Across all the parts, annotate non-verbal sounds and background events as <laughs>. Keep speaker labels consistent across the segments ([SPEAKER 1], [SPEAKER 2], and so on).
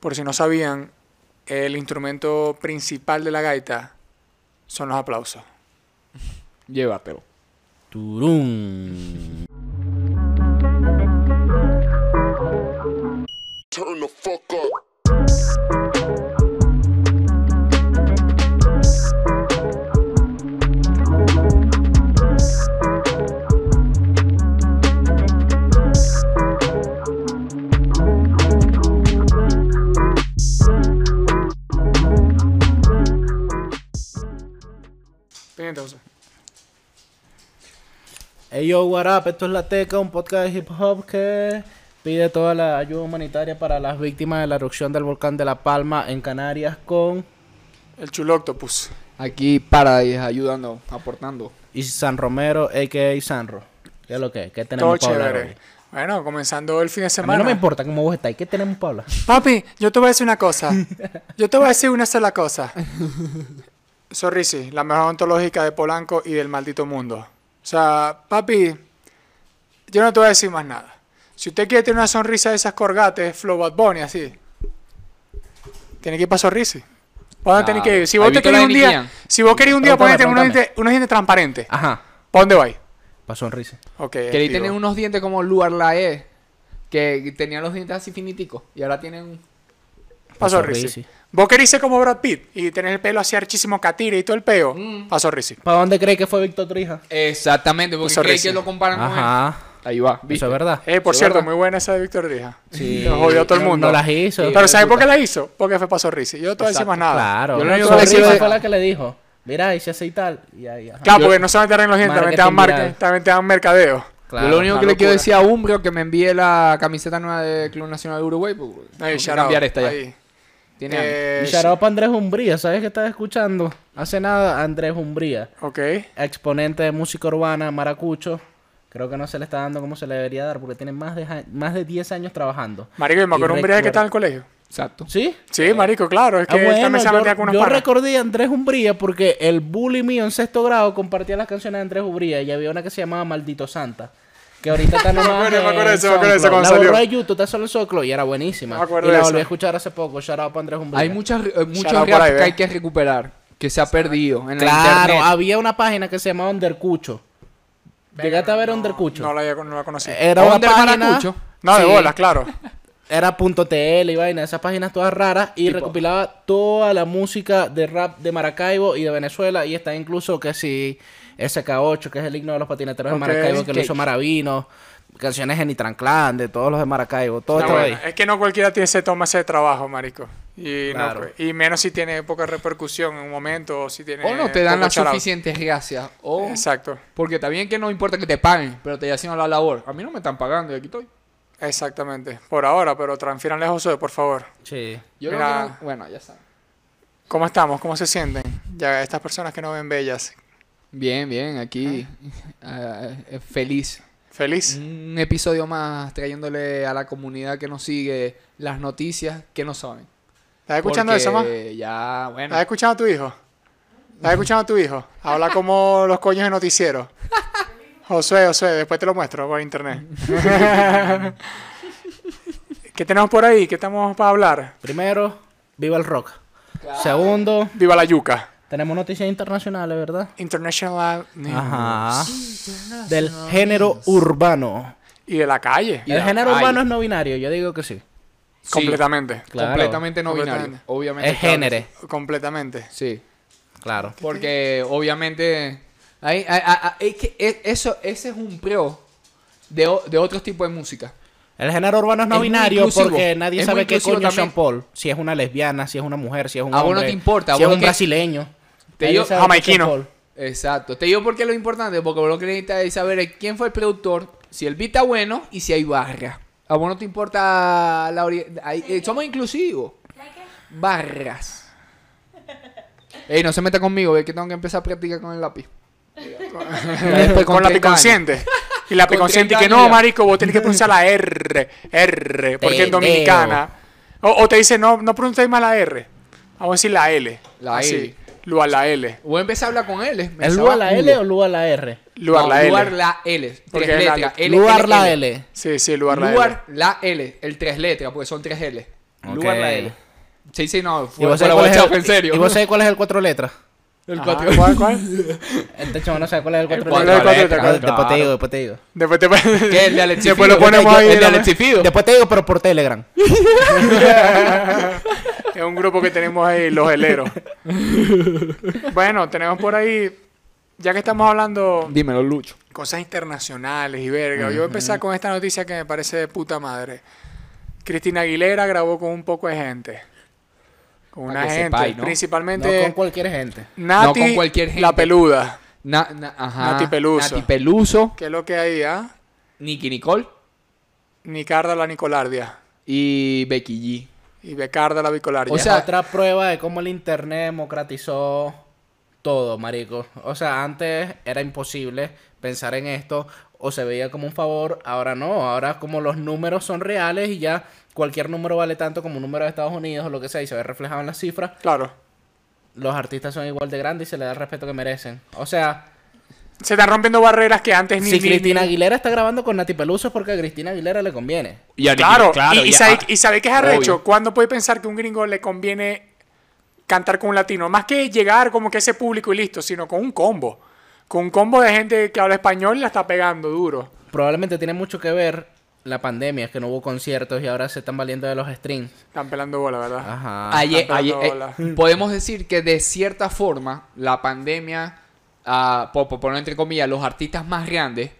[SPEAKER 1] Por si no sabían, el instrumento principal de la gaita son los aplausos.
[SPEAKER 2] Llévatelo.
[SPEAKER 3] Turum.
[SPEAKER 4] Turn the fuck up.
[SPEAKER 1] Pendiente, José.
[SPEAKER 3] Hey yo, what up? Esto es La Teca, un podcast de hip hop que pide toda la ayuda humanitaria para las víctimas de la erupción del volcán de La Palma en Canarias con
[SPEAKER 1] El chuloctopus.
[SPEAKER 2] Aquí para ayudando, aportando.
[SPEAKER 3] y San Romero, a.k.a. Sanro. ¿Qué es lo que es? ¿Qué
[SPEAKER 1] Todo
[SPEAKER 3] tenemos para hablar hoy?
[SPEAKER 1] chévere. Bueno, comenzando el fin de
[SPEAKER 3] A mí
[SPEAKER 1] semana.
[SPEAKER 3] no me importa cómo vos estáis. ¿Qué tenemos para hablar?
[SPEAKER 1] Papi, yo te voy a decir una cosa. Yo te voy a decir una sola cosa. Sorrisi, la mejor ontológica de Polanco y del maldito mundo. O sea, papi, yo no te voy a decir más nada. Si usted quiere tener una sonrisa de esas corgates, Flow Bad Bunny, así, tiene que ir para Sorrisi. ¿Para dónde tenés
[SPEAKER 2] Claro.
[SPEAKER 1] que ir? Si
[SPEAKER 2] ¿Has
[SPEAKER 1] vos te
[SPEAKER 2] visto
[SPEAKER 1] querés
[SPEAKER 2] la
[SPEAKER 1] un
[SPEAKER 2] de
[SPEAKER 1] día,
[SPEAKER 2] Nicky Jam?
[SPEAKER 1] si vos querés un día
[SPEAKER 3] Pregúntame,
[SPEAKER 1] ponerte unos
[SPEAKER 3] pregúntame.
[SPEAKER 1] dientes, unos dientes transparentes,
[SPEAKER 3] Ajá,
[SPEAKER 1] ¿para dónde vais?
[SPEAKER 3] para sonrisa.
[SPEAKER 1] Ok.
[SPEAKER 2] Ah. Quería
[SPEAKER 1] activo.
[SPEAKER 2] tener unos dientes como Luar Lae, que tenía los dientes así finiticos y ahora tienen
[SPEAKER 1] Pasó
[SPEAKER 3] Pasó
[SPEAKER 1] Rizzi.
[SPEAKER 3] Rizzi.
[SPEAKER 1] Vos querés ser como Brad Pitt y tener el pelo así archísimo catire y todo el peo.
[SPEAKER 2] Mm.
[SPEAKER 1] Pasó Rizzi.
[SPEAKER 3] ¿Para dónde cree que fue Víctor Trija?
[SPEAKER 2] Exactamente, porque
[SPEAKER 1] Eso
[SPEAKER 2] cree
[SPEAKER 1] recién.
[SPEAKER 2] que lo comparan con él.
[SPEAKER 3] Ajá,
[SPEAKER 2] Ahí va, ¿viste?
[SPEAKER 3] eso es verdad.
[SPEAKER 1] Eh, por
[SPEAKER 2] Sí,
[SPEAKER 1] cierto,
[SPEAKER 2] ¿verdad?
[SPEAKER 1] muy buena esa de Víctor Rija.
[SPEAKER 3] Sí.
[SPEAKER 1] <laughs> Lo jodió a todo el
[SPEAKER 3] No-
[SPEAKER 1] mundo.
[SPEAKER 3] No las hizo.
[SPEAKER 1] Pero ¿sabes por qué la hizo? Porque fue Pasó Rizzi. Yo no te voy a decir
[SPEAKER 2] Exacto,
[SPEAKER 1] más nada.
[SPEAKER 3] Claro.
[SPEAKER 2] Yo lo único
[SPEAKER 3] Son
[SPEAKER 2] que decía
[SPEAKER 3] Risa
[SPEAKER 2] de-
[SPEAKER 3] fue la que le dijo. Mira, y se hace y tal. Y ahí, ajá.
[SPEAKER 1] Claro,
[SPEAKER 2] Yo-
[SPEAKER 1] porque no solamente te arreglan los dientes, también te dan
[SPEAKER 3] Marketing
[SPEAKER 1] marketing,
[SPEAKER 3] viral.
[SPEAKER 1] también te dan mercadeo.
[SPEAKER 3] Claro.
[SPEAKER 2] Yo lo único
[SPEAKER 1] Una
[SPEAKER 2] que le quiero
[SPEAKER 1] locura.
[SPEAKER 2] decir a Umbro que me envíe la camiseta nueva de Club Nacional de Uruguay. Pues, tengo
[SPEAKER 1] Ahí,
[SPEAKER 2] que
[SPEAKER 1] shout out.
[SPEAKER 2] cambiar esta ya.
[SPEAKER 1] Ahí.
[SPEAKER 2] Tiene hambre.
[SPEAKER 1] Eh,
[SPEAKER 3] Y shout out pa' Andrés Umbría, ¿sabes qué estás escuchando? Hace nada, Andrés Umbría,
[SPEAKER 1] Ok.
[SPEAKER 3] exponente de música urbana, maracucho. Creo que no se le está dando como se le debería dar porque tiene más de, ja- más de 10 años trabajando.
[SPEAKER 1] Marico, yo me
[SPEAKER 3] Y
[SPEAKER 1] acuerdo un breve que
[SPEAKER 3] recuerdo-
[SPEAKER 1] estaba en el colegio.
[SPEAKER 2] Exacto.
[SPEAKER 3] ¿Sí?
[SPEAKER 1] Sí, marico, claro. Es que
[SPEAKER 3] Ah,
[SPEAKER 1] él
[SPEAKER 3] bueno,
[SPEAKER 1] también se metía con
[SPEAKER 3] yo,
[SPEAKER 1] unos
[SPEAKER 3] yo
[SPEAKER 1] panas.
[SPEAKER 3] recordé a Andrés Umbría porque el bully mío en sexto grado compartía las canciones de Andrés Umbría y había una que se llamaba Maldito Santa. Que
[SPEAKER 1] <laughs>
[SPEAKER 3] ahorita está nomás.
[SPEAKER 1] acuerdo, me acuerdo
[SPEAKER 3] en
[SPEAKER 1] de eso, me acuerdo de eso
[SPEAKER 3] SoundCloud.
[SPEAKER 1] cuando
[SPEAKER 3] La
[SPEAKER 1] salió.
[SPEAKER 3] borró de YouTube, está solo en Soclo y era buenísima.
[SPEAKER 1] Me acuerdo
[SPEAKER 3] y
[SPEAKER 1] de
[SPEAKER 3] la
[SPEAKER 1] eso.
[SPEAKER 3] volví a escuchar hace poco. Shout out pa' Andrés Umbría.
[SPEAKER 2] Hay muchas, eh, muchos
[SPEAKER 1] out
[SPEAKER 2] raps
[SPEAKER 1] por ahí,
[SPEAKER 2] que
[SPEAKER 1] ve.
[SPEAKER 2] hay que recuperar, que se ha perdido en la
[SPEAKER 3] Claro,
[SPEAKER 2] internet.
[SPEAKER 3] había una página que se llamaba Undercucho. Llegaste a ver Undercucho.
[SPEAKER 1] No la, había- no la conocí.
[SPEAKER 3] Era una
[SPEAKER 2] Under
[SPEAKER 3] página.
[SPEAKER 2] Maracucho.
[SPEAKER 1] No, de
[SPEAKER 3] sí.
[SPEAKER 1] bolas, claro.
[SPEAKER 3] Era punto .tl y vaina, esas páginas todas raras. Y recopilaba toda la música de rap de Maracaibo y de Venezuela. Y está incluso que si SK8, que es el himno de los patineteros
[SPEAKER 1] Ok,
[SPEAKER 3] de Maracaibo, que lo
[SPEAKER 1] ok.
[SPEAKER 3] hizo Maravino. Canciones de Nitran Clan, de todos los de Maracaibo. Todo
[SPEAKER 1] Está
[SPEAKER 3] estaba
[SPEAKER 1] bueno.
[SPEAKER 3] ahí.
[SPEAKER 1] Es que no cualquiera tiene, se toma ese trabajo, marico. Y, no,
[SPEAKER 3] Claro.
[SPEAKER 1] pues, y menos si tiene poca repercusión en un momento o si tiene.
[SPEAKER 2] O no te dan
[SPEAKER 1] eh, poco
[SPEAKER 2] las
[SPEAKER 1] shout out.
[SPEAKER 2] suficientes gracias. O...
[SPEAKER 1] Exacto,
[SPEAKER 2] Porque también que no importa que te paguen, pero te haciendo la labor. A mí no me están pagando y aquí estoy.
[SPEAKER 1] exactamente. Por ahora, pero transfieran lejos, José, por favor.
[SPEAKER 3] Sí.
[SPEAKER 2] Yo
[SPEAKER 1] Mira.
[SPEAKER 2] creo que no- Bueno, ya saben.
[SPEAKER 1] ¿Cómo estamos? ¿Cómo se sienten? Ya, estas personas que no ven bellas.
[SPEAKER 2] Bien, bien, aquí ah, eh, feliz.
[SPEAKER 1] ¿Feliz?
[SPEAKER 2] Un episodio más trayéndole a la comunidad que nos sigue las noticias que no saben.
[SPEAKER 1] ¿Estás escuchando
[SPEAKER 2] Porque
[SPEAKER 1] eso, ma?
[SPEAKER 2] Ya, bueno.
[SPEAKER 1] ¿Estás escuchando a tu hijo? ¿Estás escuchando a tu hijo? Habla como los coños de noticiero. Josué, Josué, después te lo muestro por internet. <laughs> ¿Qué tenemos por ahí? ¿Qué estamos para hablar?
[SPEAKER 3] Primero, viva el rock. Segundo,
[SPEAKER 1] Viva la yuca.
[SPEAKER 3] tenemos noticias internacionales, ¿verdad?
[SPEAKER 1] International News.
[SPEAKER 3] Ajá. Del género urbano.
[SPEAKER 1] Y de la calle.
[SPEAKER 2] Y
[SPEAKER 3] el
[SPEAKER 2] la
[SPEAKER 3] género
[SPEAKER 2] calle.
[SPEAKER 3] urbano es no binario, yo digo que sí.
[SPEAKER 2] Sí,
[SPEAKER 1] Completamente.
[SPEAKER 3] Claro.
[SPEAKER 2] Completamente no binario.
[SPEAKER 1] Completamente.
[SPEAKER 2] Obviamente.
[SPEAKER 3] Es
[SPEAKER 2] claro.
[SPEAKER 3] género,
[SPEAKER 1] Completamente.
[SPEAKER 2] Sí.
[SPEAKER 3] claro.
[SPEAKER 2] Porque obviamente. Hay, hay- hay- hay que- es- eso, ese es un pro de, o- de otros tipos de música.
[SPEAKER 3] El género urbano es no
[SPEAKER 2] Es muy
[SPEAKER 3] binario
[SPEAKER 2] inclusivo.
[SPEAKER 3] porque nadie
[SPEAKER 2] Es muy
[SPEAKER 3] sabe qué
[SPEAKER 2] inclusivo
[SPEAKER 3] coño es Sean
[SPEAKER 2] también.
[SPEAKER 3] Paul. Si es una lesbiana, si es una mujer, si es un
[SPEAKER 2] A vos no
[SPEAKER 3] hombre,
[SPEAKER 2] te importa,
[SPEAKER 3] si es
[SPEAKER 2] vos
[SPEAKER 3] un
[SPEAKER 2] que-
[SPEAKER 3] brasileño.
[SPEAKER 2] Te
[SPEAKER 3] Nadie sabe qué
[SPEAKER 2] digo-
[SPEAKER 3] es Sean
[SPEAKER 1] jamaiquino.
[SPEAKER 3] Paul.
[SPEAKER 2] Exacto. Te digo por qué lo importante, porque vos lo que necesitas es saber es quién fue el productor, si el beat está bueno y si hay barra. A vos no te importa la ori- hay- eh, Somos inclusivos. Barras. Ey, no se meta conmigo, ve que tengo que empezar a practicar con el lápiz. Ya después
[SPEAKER 1] Con, la
[SPEAKER 2] 30 años.
[SPEAKER 1] piconsciente. Y la
[SPEAKER 2] Con
[SPEAKER 1] piconsciente y
[SPEAKER 2] 30
[SPEAKER 1] que
[SPEAKER 2] años
[SPEAKER 1] no,
[SPEAKER 2] ya.
[SPEAKER 1] marico, vos tenés que pronunciar la R. R. Porque es
[SPEAKER 3] Pendejo.
[SPEAKER 1] dominicana. O, o te dice, no, no pronunciáis más la R. Vamos a decir la L.
[SPEAKER 2] La L.
[SPEAKER 1] Luar la L.
[SPEAKER 2] Voy a empezar a hablar con L.
[SPEAKER 3] ¿Es Lua la L o Lua la R?
[SPEAKER 1] Luar la L.
[SPEAKER 2] Lugar la L.
[SPEAKER 1] Porque
[SPEAKER 2] Tres
[SPEAKER 1] es la-
[SPEAKER 2] letras.
[SPEAKER 3] Luar la L.
[SPEAKER 1] Sí, sí, luar la
[SPEAKER 2] Lugar
[SPEAKER 1] L.
[SPEAKER 2] la L. El tres letras, porque son tres L.
[SPEAKER 3] Lugar la L.
[SPEAKER 2] Sí, sí, no.
[SPEAKER 3] ¿Y
[SPEAKER 2] Fue,
[SPEAKER 3] vos,
[SPEAKER 2] fue
[SPEAKER 3] sabés
[SPEAKER 2] la
[SPEAKER 3] cuál es
[SPEAKER 2] WhatsApp,
[SPEAKER 3] el,
[SPEAKER 2] en serio.
[SPEAKER 3] ¿Y vos
[SPEAKER 2] <laughs>
[SPEAKER 3] sabés cuál es el cuatro letras?
[SPEAKER 2] El
[SPEAKER 1] Ajá,
[SPEAKER 2] cuatro.
[SPEAKER 1] ¿Cuál,
[SPEAKER 2] <laughs>
[SPEAKER 1] cuál?
[SPEAKER 3] Este chavo no sabe cuál es el cuatro
[SPEAKER 2] cuatro
[SPEAKER 3] letras.
[SPEAKER 1] letras,
[SPEAKER 3] Ah,
[SPEAKER 2] claro.
[SPEAKER 3] Después te digo, después te digo.
[SPEAKER 1] Después te...
[SPEAKER 2] ¿Qué? El de Alexifido.
[SPEAKER 1] Después lo ponemos ahí.
[SPEAKER 2] El de
[SPEAKER 1] en la-
[SPEAKER 2] Alexifido.
[SPEAKER 3] Después te digo, pero por Telegram.
[SPEAKER 1] <laughs> Es un grupo que tenemos ahí, los
[SPEAKER 2] <laughs>
[SPEAKER 1] heleros. bueno, tenemos por ahí, ya que estamos hablando
[SPEAKER 2] Dímelo, Lucho.
[SPEAKER 1] cosas internacionales y verga, yo voy a empezar con esta noticia que me parece de puta madre. Cristina Aguilera grabó con un poco de gente. Con
[SPEAKER 2] Pa'
[SPEAKER 1] una
[SPEAKER 2] que
[SPEAKER 1] gente,
[SPEAKER 2] sepáis, ¿no?
[SPEAKER 1] principalmente
[SPEAKER 3] No con cualquier gente.
[SPEAKER 1] Nati,
[SPEAKER 2] No con cualquier gente.
[SPEAKER 1] la peluda.
[SPEAKER 2] Na, na- ajá.
[SPEAKER 1] Nati Peluso.
[SPEAKER 2] Nati Peluso.
[SPEAKER 1] ¿Qué es lo que hay, ah?
[SPEAKER 2] Nicky Nicole.
[SPEAKER 1] Nicarda la Nicolardia.
[SPEAKER 2] Y Becky G.
[SPEAKER 1] Y Becarda la Bicolardia.
[SPEAKER 2] O
[SPEAKER 3] O
[SPEAKER 2] sea-
[SPEAKER 3] sea, otra prueba de cómo el internet democratizó todo, marico. O sea, antes era imposible pensar en esto o se veía como un favor, ahora no. Ahora como los números son reales y ya cualquier número vale tanto como un número de Estados Unidos o lo que sea y se ve reflejado en las cifras,
[SPEAKER 1] claro.
[SPEAKER 3] los artistas son igual de grandes y se les da el respeto que merecen. O sea,
[SPEAKER 1] Se están rompiendo barreras que antes ni...
[SPEAKER 3] si
[SPEAKER 1] ni-
[SPEAKER 3] Cristina Aguilera está grabando con Nati Peluso es porque a Cristina Aguilera le conviene.
[SPEAKER 2] Y a Nicki-
[SPEAKER 1] Claro, y, y
[SPEAKER 2] ya-
[SPEAKER 1] sabe, y sabe que es arrecho.
[SPEAKER 2] Obvio.
[SPEAKER 1] ¿Cuándo puede pensar que un gringo le conviene cantar con un latino? Más que llegar como que a ese público y listo, sino con un combo. Con un combo de gente que habla español y la está pegando duro.
[SPEAKER 3] Probablemente tiene mucho que ver la pandemia, que no hubo conciertos y ahora se están valiendo de los streams.
[SPEAKER 1] Están pelando bola, ¿verdad?
[SPEAKER 2] Ah.
[SPEAKER 3] Ajá.
[SPEAKER 2] Ayer,
[SPEAKER 1] Están
[SPEAKER 2] ayer-
[SPEAKER 1] pegando
[SPEAKER 2] eh,
[SPEAKER 1] bola.
[SPEAKER 2] podemos decir que de cierta forma la pandemia, ah, por, por poner entre comillas, los artistas más grandes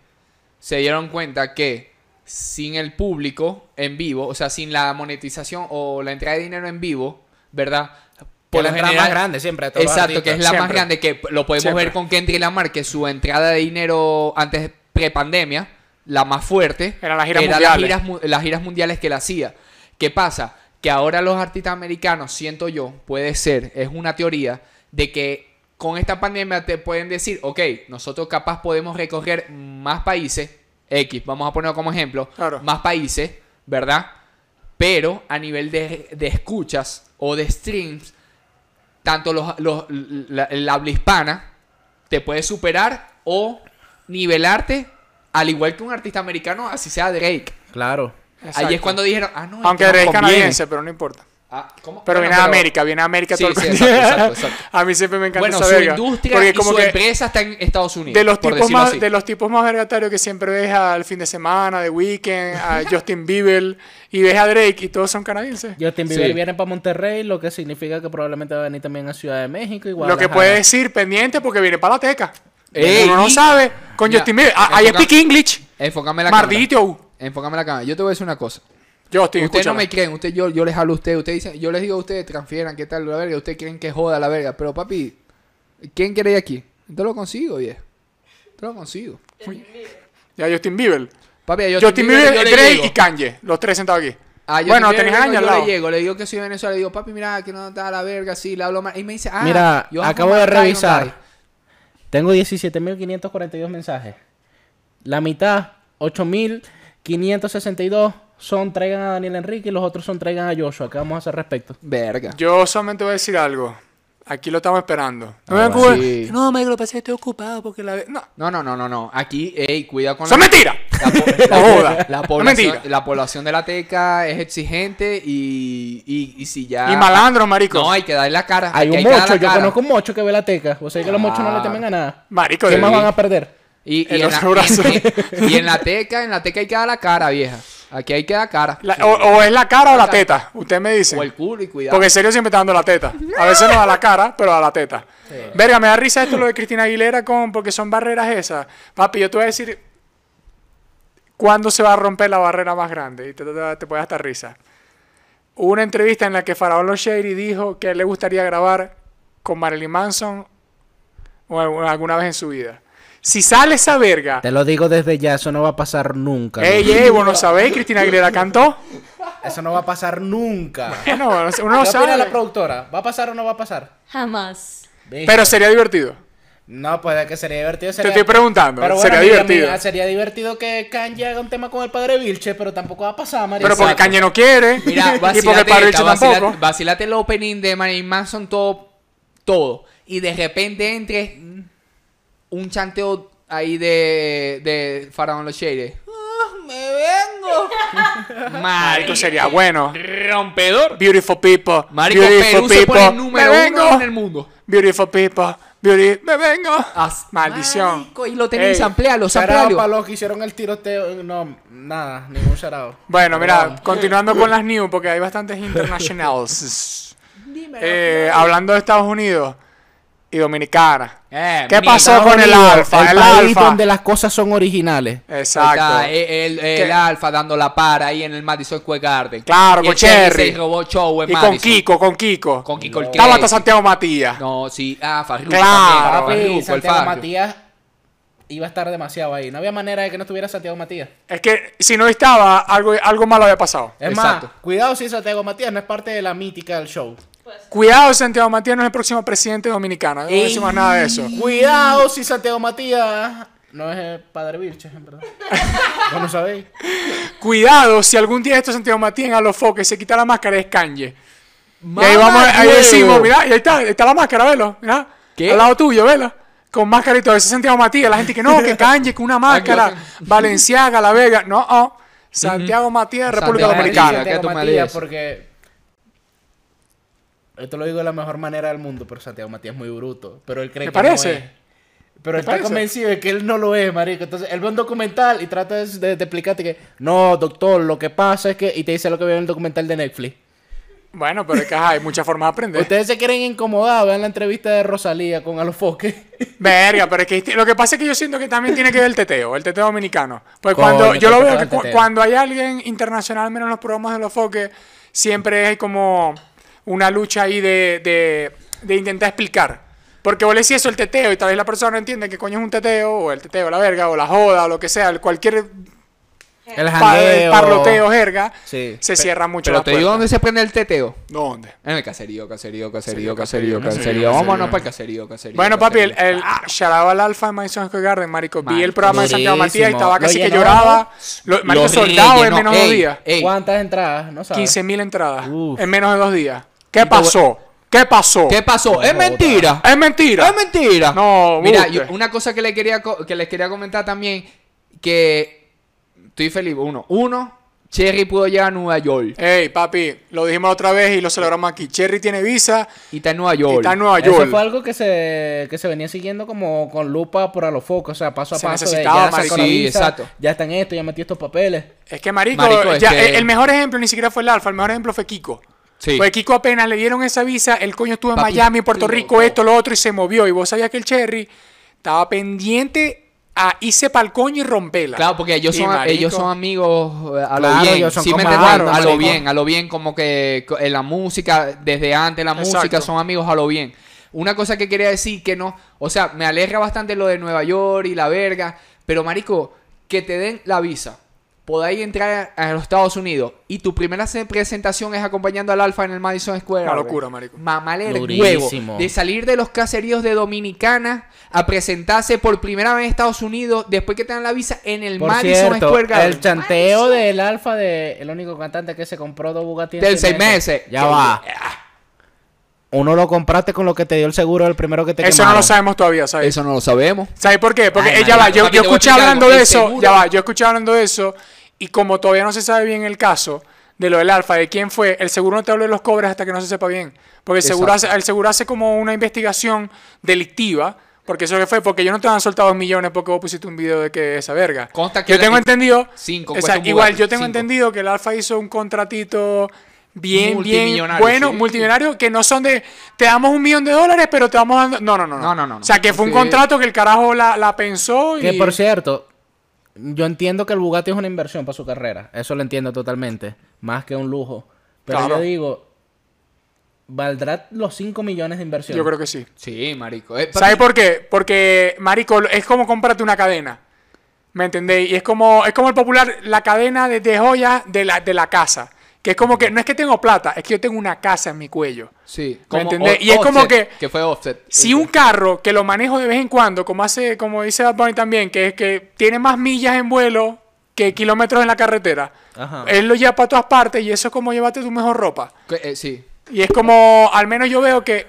[SPEAKER 2] se dieron cuenta que sin el público en vivo, o sea, sin la monetización o la entrada de dinero en vivo, ¿verdad?
[SPEAKER 3] Por la entrada más grande siempre. de todos los
[SPEAKER 2] Exacto, que es la
[SPEAKER 3] artistas.
[SPEAKER 2] más
[SPEAKER 1] Siempre.
[SPEAKER 2] grande que lo podemos
[SPEAKER 1] Siempre.
[SPEAKER 2] ver con Kendrick Lamar, que su entrada de dinero antes pre-pandemia, la más fuerte,
[SPEAKER 1] Eran las giras
[SPEAKER 2] era
[SPEAKER 1] mundiales.
[SPEAKER 2] Las, giras, mu- las giras mundiales que él hacía. ¿Qué pasa? Que ahora los artistas americanos, siento yo, puede ser, es una teoría, de que con esta pandemia te pueden decir, ok, nosotros capaz podemos recorrer más países, X, vamos a ponerlo como ejemplo,
[SPEAKER 1] Claro.
[SPEAKER 2] más países, ¿verdad? Pero a nivel de, de escuchas o de streams, tanto los, los- la, el habla hispana te puede superar o nivelarte al igual que un artista americano, así sea Drake.
[SPEAKER 3] Claro.
[SPEAKER 1] Exacto.
[SPEAKER 2] Ahí es cuando dijeron, ah, no, es
[SPEAKER 1] Aunque
[SPEAKER 2] que nos
[SPEAKER 1] eres
[SPEAKER 2] conviene.
[SPEAKER 1] canadiense, pero no importa.
[SPEAKER 2] Ah, ¿cómo?
[SPEAKER 1] Pero
[SPEAKER 2] Bueno,
[SPEAKER 1] viene a América, viene a América
[SPEAKER 2] Sí,
[SPEAKER 1] todo el
[SPEAKER 2] sí,
[SPEAKER 1] continente.
[SPEAKER 2] exacto,
[SPEAKER 1] <laughs>
[SPEAKER 2] exacto, exacto.
[SPEAKER 1] A mí siempre me encanta
[SPEAKER 2] Bueno,
[SPEAKER 1] esa
[SPEAKER 2] su
[SPEAKER 1] verga.
[SPEAKER 2] industria
[SPEAKER 1] Porque
[SPEAKER 2] y
[SPEAKER 1] como
[SPEAKER 2] su
[SPEAKER 1] que
[SPEAKER 2] empresa está en Estados Unidos.
[SPEAKER 1] de los
[SPEAKER 2] por
[SPEAKER 1] tipos
[SPEAKER 2] decirlo
[SPEAKER 1] más
[SPEAKER 2] así.
[SPEAKER 1] de los tipos más vergatarios que siempre ves al fin de semana, de weekend,
[SPEAKER 2] <laughs>
[SPEAKER 1] a Justin Bieber y ves a Drake y todos son canadienses.
[SPEAKER 3] Justin
[SPEAKER 2] Sí.
[SPEAKER 3] Bieber viene para Monterrey, lo que significa que probablemente va a venir también a Ciudad de México. Igual
[SPEAKER 1] Lo que puede decir pendiente porque viene para la teca.
[SPEAKER 2] Ey,
[SPEAKER 1] Uno no
[SPEAKER 2] y-
[SPEAKER 1] sabe. Con
[SPEAKER 2] Ya,
[SPEAKER 1] Justin Bieber. Ah, I
[SPEAKER 2] enfoca-
[SPEAKER 1] speak English.
[SPEAKER 2] Enfócame la cámara.
[SPEAKER 1] Mardito.
[SPEAKER 2] Enfócame la cámara. Yo te voy a decir una cosa.
[SPEAKER 1] Justin,
[SPEAKER 2] Ustedes
[SPEAKER 1] escúchala.
[SPEAKER 2] no me creen, usted, yo, yo les hablo a ustedes, ustedes dicen, yo les digo a ustedes, transfieran, qué tal la verga, ustedes creen que joda la verga, pero papi, ¿quién quiere ir aquí? Yo lo consigo, viejo. Yo lo consigo.
[SPEAKER 1] Ya Justin Bieber.
[SPEAKER 2] Papi, a
[SPEAKER 1] Justin, Bieber,
[SPEAKER 2] yo le
[SPEAKER 1] Drake
[SPEAKER 2] llego.
[SPEAKER 1] y Kanye. Los tres sentados aquí.
[SPEAKER 2] A Justin
[SPEAKER 1] bueno,
[SPEAKER 2] Bieber
[SPEAKER 1] tenés
[SPEAKER 2] yo
[SPEAKER 1] años al
[SPEAKER 2] le
[SPEAKER 1] lado.
[SPEAKER 2] llego, le digo que soy de Venezuela, le digo, papi, mira, que no está la verga, sí, le hablo mal. Y me dice, ah,
[SPEAKER 3] Mira,
[SPEAKER 2] yo amo
[SPEAKER 3] acabo de
[SPEAKER 2] Maracay,
[SPEAKER 3] revisar.
[SPEAKER 2] Maracay.
[SPEAKER 3] Tengo 17.542 mensajes. La mitad, 8.562, son traigan a Daniel Enrique y los otros son traigan a Joshua. ¿Qué vamos a hacer al respecto?
[SPEAKER 2] Verga.
[SPEAKER 1] Yo solamente voy a decir algo. Aquí lo estamos esperando. No, me
[SPEAKER 3] bueno.
[SPEAKER 1] ocupes.
[SPEAKER 2] Ah, Sí.
[SPEAKER 1] no Mike, lo que pasa es que estoy ocupado porque la... ve- No.
[SPEAKER 2] No, no, no, no, no. Aquí, ey, cuidado con
[SPEAKER 1] ¡Son
[SPEAKER 2] la... <laughs>
[SPEAKER 1] mentiras!
[SPEAKER 2] La, po- la-
[SPEAKER 1] No <laughs> joda.
[SPEAKER 2] la
[SPEAKER 1] No
[SPEAKER 2] población,
[SPEAKER 1] mentira.
[SPEAKER 2] la población de la teca es exigente y, y, y si ya...
[SPEAKER 1] Y malandros, marico.
[SPEAKER 2] No, hay que darle la cara.
[SPEAKER 3] Hay Ah.
[SPEAKER 2] que
[SPEAKER 3] un
[SPEAKER 2] que dar
[SPEAKER 3] mocho,
[SPEAKER 2] la
[SPEAKER 3] yo
[SPEAKER 2] cara.
[SPEAKER 3] conozco un mocho que ve la teca. Vos sabés que los mochos no
[SPEAKER 2] Claro.
[SPEAKER 3] le temen a nada.
[SPEAKER 1] Marico,
[SPEAKER 3] ¿Qué
[SPEAKER 1] de-
[SPEAKER 3] más van a perder?
[SPEAKER 2] Y, y
[SPEAKER 1] El
[SPEAKER 2] en la,
[SPEAKER 1] otro brazo.
[SPEAKER 2] <laughs> y- y en la teca, en la teca hay que dar la cara, vieja. Aquí hay que dar cara.
[SPEAKER 1] la- o, o es la cara o la teta. Usted me dice.
[SPEAKER 2] O el culo y cuidado.
[SPEAKER 1] Porque en serio siempre está dando la teta. A veces no a la cara, pero a la teta. Verga, me da risa esto lo de Cristina Aguilera con porque son barreras esas. Papi, yo te voy a decir cuándo se va a romper la barrera más grande. Y te, te, te puede hasta risa. Hubo una entrevista en la que Faraón Shady dijo que le gustaría grabar con Marilyn Manson o alguna alguna vez en su vida. Si sale esa verga.
[SPEAKER 3] Te lo digo desde ya, eso no va a pasar nunca.
[SPEAKER 1] Ey, ey, vos no sabéis, Cristina Aguilera cantó.
[SPEAKER 3] Eso no va a pasar nunca.
[SPEAKER 1] Bueno, uno no
[SPEAKER 3] ¿Qué opina la
[SPEAKER 1] sabe.
[SPEAKER 3] productora? ¿Va a pasar o no va a pasar?
[SPEAKER 4] Jamás.
[SPEAKER 3] ¿Viste?
[SPEAKER 1] Pero sería divertido.
[SPEAKER 3] No, pues de que sería divertido.
[SPEAKER 1] Te
[SPEAKER 3] Sería...
[SPEAKER 1] estoy preguntando.
[SPEAKER 3] Pero bueno,
[SPEAKER 1] sería
[SPEAKER 3] mira,
[SPEAKER 1] divertido.
[SPEAKER 3] mira, sería divertido que Kanye haga un tema con el padre Vilche, pero tampoco va a pasar, María.
[SPEAKER 1] Pero porque
[SPEAKER 2] Exacto.
[SPEAKER 1] Kanye no quiere. <laughs>
[SPEAKER 2] Mira,
[SPEAKER 1] y porque
[SPEAKER 2] vacílate,
[SPEAKER 1] el padre
[SPEAKER 2] esta,
[SPEAKER 1] Richard
[SPEAKER 2] vacílate-
[SPEAKER 1] tampoco.
[SPEAKER 2] vacílate el opening de Marilyn Manson, todo, todo. Y de repente entre un <laughs> chanteo ahí de, de Faraón Los Shades. ¡Ah, ¡Me vengo!
[SPEAKER 1] Marico Ah, sería bueno.
[SPEAKER 2] Rompedor.
[SPEAKER 1] Beautiful people.
[SPEAKER 2] Marico, Perú
[SPEAKER 1] beautiful
[SPEAKER 2] se pone
[SPEAKER 1] me
[SPEAKER 2] número
[SPEAKER 1] vengo.
[SPEAKER 2] uno en el mundo. Ah,
[SPEAKER 1] Beautiful people. Beauty, me vengo. Ah,
[SPEAKER 2] As-
[SPEAKER 1] Maldición.
[SPEAKER 2] Marico, y lo tenéis,
[SPEAKER 1] Ey,
[SPEAKER 2] amplialo,
[SPEAKER 3] Shout out
[SPEAKER 2] amplialo.
[SPEAKER 3] para los que hicieron el tiroteo. No, nada, ningún charado.
[SPEAKER 1] Bueno, mira, continuando con las news, porque hay bastantes internationals.
[SPEAKER 2] <laughs>
[SPEAKER 1] Eh, hablando de Estados Unidos y Dominicana.
[SPEAKER 2] Eh,
[SPEAKER 1] ¿Qué
[SPEAKER 2] mira,
[SPEAKER 1] pasó con el Alfa? El Alfa.
[SPEAKER 3] las cosas son originales.
[SPEAKER 2] Está
[SPEAKER 1] Exacto.
[SPEAKER 2] el, el- el
[SPEAKER 1] ¿Qué?
[SPEAKER 2] alfa dando la para ahí en el Madison Square Garden.
[SPEAKER 1] Claro,
[SPEAKER 2] Y
[SPEAKER 1] con
[SPEAKER 2] el Cherry
[SPEAKER 1] Cherry.
[SPEAKER 2] se robó show en
[SPEAKER 1] Y con
[SPEAKER 2] Pues, Madison.
[SPEAKER 1] Kiko, con Kiko.
[SPEAKER 2] Con Kiko el
[SPEAKER 1] Estaba
[SPEAKER 2] que-
[SPEAKER 1] hasta Santiago Matías.
[SPEAKER 2] No, sí, ah, Farruko
[SPEAKER 1] Claro,
[SPEAKER 2] también, Farruko, el
[SPEAKER 3] Santiago
[SPEAKER 2] Farruko.
[SPEAKER 3] Matías iba a estar demasiado ahí. No había manera de que no estuviera Santiago Matías.
[SPEAKER 1] Es que si no estaba, algo, algo malo había pasado.
[SPEAKER 3] Es
[SPEAKER 2] Exacto.
[SPEAKER 3] más, cuidado si Santiago Matías no es parte de la mítica del show.
[SPEAKER 1] Cuidado, Santiago Matías no es el próximo presidente dominicano. No
[SPEAKER 3] Ey.
[SPEAKER 1] decimos nada de eso.
[SPEAKER 3] Cuidado si Santiago Matías no es eh, Padre Vilches,
[SPEAKER 1] <laughs>
[SPEAKER 3] en verdad. Vos no sabéis.
[SPEAKER 1] Cuidado, si algún día esto Santiago Matías en Alofoque se quita la máscara, es Kanye. Y ahí,
[SPEAKER 2] Mamá
[SPEAKER 1] vamos, ahí
[SPEAKER 2] huevo.
[SPEAKER 1] decimos, mira, ahí está, ahí está la máscara, velo. Mira,
[SPEAKER 2] ¿Qué?
[SPEAKER 1] al lado tuyo, vela. Con máscara y todo. Ese es Santiago Matías. La gente que no, que Kanye, que
[SPEAKER 2] <laughs>
[SPEAKER 1] una
[SPEAKER 2] Ah,
[SPEAKER 1] máscara. Valenciaga, La Vega. No, oh. Santiago Matías, República
[SPEAKER 2] Santiago
[SPEAKER 1] Dominicana.
[SPEAKER 2] Matías.
[SPEAKER 3] Santiago
[SPEAKER 2] ¿qué tú me
[SPEAKER 3] Matías,
[SPEAKER 2] lees?
[SPEAKER 3] porque. Esto lo digo de la mejor manera del mundo, pero Santiago Matías es muy bruto. Pero él cree
[SPEAKER 1] ¿Te
[SPEAKER 3] que
[SPEAKER 1] parece?
[SPEAKER 3] no es. Pero él está
[SPEAKER 1] parece?
[SPEAKER 3] convencido de que él no lo es, marico. Entonces, él ve un documental y trata de, de- de explicarte que... No, doctor, lo que pasa es que... Y te dice lo que veo en el documental de Netflix.
[SPEAKER 1] Bueno, pero es que ajá, hay muchas formas de aprender.
[SPEAKER 3] Ustedes se quieren incomodar, vean la entrevista de Rosalía con Alofoque.
[SPEAKER 1] Verga, pero es que lo que pasa es que yo siento que también tiene que ver el teteo, el teteo dominicano. Pues
[SPEAKER 3] Coño,
[SPEAKER 1] cuando yo lo
[SPEAKER 3] te
[SPEAKER 1] veo
[SPEAKER 3] tocaba
[SPEAKER 1] que
[SPEAKER 3] el
[SPEAKER 1] cu-
[SPEAKER 3] teteo.
[SPEAKER 1] cuando hay alguien internacional, menos en los programas de los foques, siempre hay como una lucha ahí de, de, de intentar explicar. Porque vos le decís eso el teteo y tal vez la persona no entiende que coño es un teteo, o el teteo, la verga, o la joda, o lo que sea, el cualquier
[SPEAKER 3] El
[SPEAKER 1] pa- parloteo, jerga,
[SPEAKER 3] Sí.
[SPEAKER 1] se cierra mucho
[SPEAKER 2] Pero
[SPEAKER 1] la
[SPEAKER 2] te digo
[SPEAKER 1] puerta.
[SPEAKER 2] dónde se prende el teteo.
[SPEAKER 1] ¿Dónde?
[SPEAKER 2] En el caserío, caserío,
[SPEAKER 1] Caserío,
[SPEAKER 2] caserío, caserío,
[SPEAKER 1] caserío,
[SPEAKER 2] caserío.
[SPEAKER 1] caserío,
[SPEAKER 2] Vámonos
[SPEAKER 1] caserío.
[SPEAKER 2] para el caserío, caserío.
[SPEAKER 1] Bueno, papi, el,
[SPEAKER 2] caserío.
[SPEAKER 1] el ah, shout out al Alfa de Madison Square Garden, marico. Vi el programa de Santiago
[SPEAKER 3] Durísimo.
[SPEAKER 1] Matías y estaba
[SPEAKER 3] Lo
[SPEAKER 1] casi que
[SPEAKER 3] llenó.
[SPEAKER 1] lloraba. Lo, marico,
[SPEAKER 2] Los
[SPEAKER 1] soldado en
[SPEAKER 2] rellenó.
[SPEAKER 1] menos de dos
[SPEAKER 2] Ey,
[SPEAKER 1] días.
[SPEAKER 2] ey,
[SPEAKER 3] ¿Cuántas entradas? No sabes.
[SPEAKER 1] 15.000 entradas
[SPEAKER 3] Uf.
[SPEAKER 1] en menos de dos días. ¿Qué pasó? ¿Qué pasó?
[SPEAKER 2] ¿Qué pasó? Es
[SPEAKER 3] joda.
[SPEAKER 2] mentira.
[SPEAKER 1] Es mentira.
[SPEAKER 2] Es mentira.
[SPEAKER 1] No,
[SPEAKER 2] Mira,
[SPEAKER 1] buste.
[SPEAKER 2] yo- una cosa que, le quería co- que les quería comentar también, que estoy feliz. Uno, uno, Cherry pudo llegar a Nueva York.
[SPEAKER 1] Ey, papi, lo dijimos otra vez y lo celebramos aquí. Cherry tiene visa
[SPEAKER 2] Y está en Nueva
[SPEAKER 1] y
[SPEAKER 2] York.
[SPEAKER 1] está en Nueva
[SPEAKER 3] Eso
[SPEAKER 1] York.
[SPEAKER 3] fue algo que se, que se venía siguiendo como con lupa por a los focos, o sea, paso a
[SPEAKER 1] Se
[SPEAKER 3] paso. de,
[SPEAKER 1] necesitaba,
[SPEAKER 3] ya sacó
[SPEAKER 1] marico.
[SPEAKER 3] la
[SPEAKER 2] Sí,
[SPEAKER 3] visa,
[SPEAKER 2] exacto.
[SPEAKER 3] Ya están esto, ya metí estos papeles.
[SPEAKER 1] Es que, marico,
[SPEAKER 2] Marico, es
[SPEAKER 1] ya,
[SPEAKER 2] que-
[SPEAKER 1] el- el mejor ejemplo ni siquiera fue el Alfa, el mejor ejemplo fue Kiko.
[SPEAKER 2] Sí.
[SPEAKER 1] Porque Pues Kiko apenas le dieron esa visa, el coño estuvo en
[SPEAKER 2] Papi,
[SPEAKER 1] Miami, Puerto
[SPEAKER 2] todo,
[SPEAKER 1] Rico,
[SPEAKER 2] todo.
[SPEAKER 1] esto, lo otro, y se movió. Y vos sabías que el Cherry estaba pendiente a irse pa'l coño y rompela.
[SPEAKER 2] Claro, porque ellos
[SPEAKER 1] Y,
[SPEAKER 2] son,
[SPEAKER 1] marico,
[SPEAKER 2] ellos son amigos eh, a lo
[SPEAKER 3] Claro,
[SPEAKER 2] bien.
[SPEAKER 3] ellos son
[SPEAKER 2] Sí, me
[SPEAKER 3] comadres,
[SPEAKER 2] entiendes? a lo
[SPEAKER 3] marico.
[SPEAKER 2] bien, a lo bien, como que co- en la música, desde antes la
[SPEAKER 1] Exacto.
[SPEAKER 2] música, son amigos a lo bien. Una cosa que quería decir que no, o sea, me alegra bastante lo de Nueva York y la verga, pero marico, que te den la visa, podáis entrar a, a los Estados Unidos y tu primera se- presentación es acompañando al Alfa en el Madison Square.
[SPEAKER 1] Una
[SPEAKER 2] Garden.
[SPEAKER 1] locura, marico.
[SPEAKER 2] Mamale el huevo
[SPEAKER 3] Durísimo.
[SPEAKER 2] de salir de los caseríos de Dominicana a presentarse por primera vez en Estados Unidos después que te dan la visa en el
[SPEAKER 3] Por
[SPEAKER 2] Madison
[SPEAKER 3] cierto,
[SPEAKER 2] Square Garden.
[SPEAKER 3] el chanteo del Alfa de el único cantante que se compró dos Bugatti en
[SPEAKER 2] Del seis meses.
[SPEAKER 3] Ya va. Uno lo compraste con lo que te dio el seguro del primero que te
[SPEAKER 1] Eso no
[SPEAKER 3] quemaron.
[SPEAKER 1] lo sabemos todavía, ¿sabes?
[SPEAKER 2] Eso no lo sabemos.
[SPEAKER 1] ¿Sabes por qué? Porque
[SPEAKER 2] Ay,
[SPEAKER 1] ella va,
[SPEAKER 2] marico,
[SPEAKER 1] yo,
[SPEAKER 2] papi,
[SPEAKER 1] yo
[SPEAKER 2] te voy a
[SPEAKER 1] escuché
[SPEAKER 2] explicar
[SPEAKER 1] hablando
[SPEAKER 2] algo.
[SPEAKER 1] de
[SPEAKER 2] El
[SPEAKER 1] eso,
[SPEAKER 2] seguro-
[SPEAKER 1] ya va, yo escuché hablando de eso, y como todavía no se sabe bien el caso de lo del alfa, de quién fue, el seguro no te habla de los cobres hasta que no se sepa bien. Porque el seguro, hace, el seguro hace como una investigación delictiva, porque eso que fue, porque ellos no te han soltado millones porque vos pusiste un video de que esa verga.
[SPEAKER 2] Consta que
[SPEAKER 1] yo
[SPEAKER 2] la-
[SPEAKER 1] tengo entendido,
[SPEAKER 2] Cinco,
[SPEAKER 1] o sea,
[SPEAKER 2] cuesta un
[SPEAKER 1] igual,
[SPEAKER 2] Bugatti,
[SPEAKER 1] yo tengo
[SPEAKER 2] cinco.
[SPEAKER 1] entendido que el alfa hizo un contratito bien, bien
[SPEAKER 2] Multimillonario,
[SPEAKER 1] bueno,
[SPEAKER 2] sí.
[SPEAKER 1] multimillonario, que no son de, te damos un millón de dólares, pero te vamos dando... No, no, no.
[SPEAKER 2] No, no, no, no.
[SPEAKER 1] O sea, que fue un
[SPEAKER 2] Sí.
[SPEAKER 1] contrato que el carajo la, la pensó y...
[SPEAKER 3] Que por cierto, yo entiendo que el Bugatti es una inversión para su carrera. Eso lo entiendo totalmente. Más que un lujo. Pero
[SPEAKER 1] Claro.
[SPEAKER 3] yo digo, ¿valdrá los 5 millones de inversión?
[SPEAKER 1] Yo creo que sí.
[SPEAKER 2] Sí, marico. Eh, papi,
[SPEAKER 1] ¿Sabes por qué? Porque, marico, es como comprarte una cadena. ¿Me entendéis? Y es como, es como el popular, la cadena de, de joyas de la, de la casa. Que es como que, no es que tengo plata, es que yo tengo una casa en mi cuello.
[SPEAKER 2] Sí.
[SPEAKER 1] entendés?
[SPEAKER 2] o-
[SPEAKER 1] Y es como
[SPEAKER 2] Offset,
[SPEAKER 1] que-
[SPEAKER 2] Que fue offset.
[SPEAKER 1] Si un carro que lo manejo de vez en cuando, como hace, como dice Bad Bunny también, que es que tiene más millas en vuelo que kilómetros en la carretera,
[SPEAKER 3] Ajá.
[SPEAKER 1] él lo lleva para todas partes y eso es como llevarte tu mejor ropa.
[SPEAKER 2] Que- eh, sí.
[SPEAKER 1] Y es como, al menos yo veo que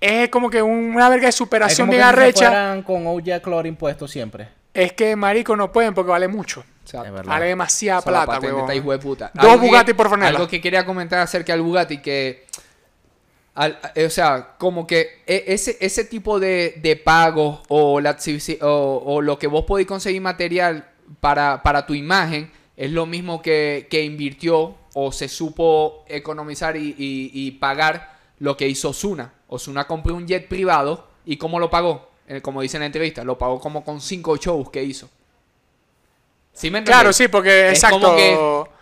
[SPEAKER 1] es como que una verga de
[SPEAKER 3] Es
[SPEAKER 1] superación
[SPEAKER 3] como
[SPEAKER 1] bien
[SPEAKER 3] que si se
[SPEAKER 1] arrecha.
[SPEAKER 3] fueran con Oja Clor impuesto siempre.
[SPEAKER 1] Es que, marico, no pueden porque vale mucho.
[SPEAKER 2] Exacto.
[SPEAKER 3] Es verdad.
[SPEAKER 1] Vale demasiada
[SPEAKER 2] Esa es la
[SPEAKER 1] plata,
[SPEAKER 2] patente,
[SPEAKER 1] huevón.
[SPEAKER 2] esta hijo de puta.
[SPEAKER 1] Dos
[SPEAKER 2] Algo que-
[SPEAKER 1] Bugatti por franela.
[SPEAKER 2] Algo que quería comentar acerca del Bugatti, que... al- eh, o sea, como que e- ese, ese tipo de, de pagos o, la, exhibici- o, o lo que vos podéis conseguir material para, para tu imagen es lo mismo que, que invirtió o se supo economizar y, y- y pagar lo que hizo Osuna. Osuna compró un jet privado y ¿cómo lo pagó? Eh, Como dice en la entrevista, lo pagó como con cinco shows que hizo. ¿Sí me entendés?
[SPEAKER 1] Claro, sí, porque
[SPEAKER 2] Es
[SPEAKER 1] exacto.
[SPEAKER 2] como que-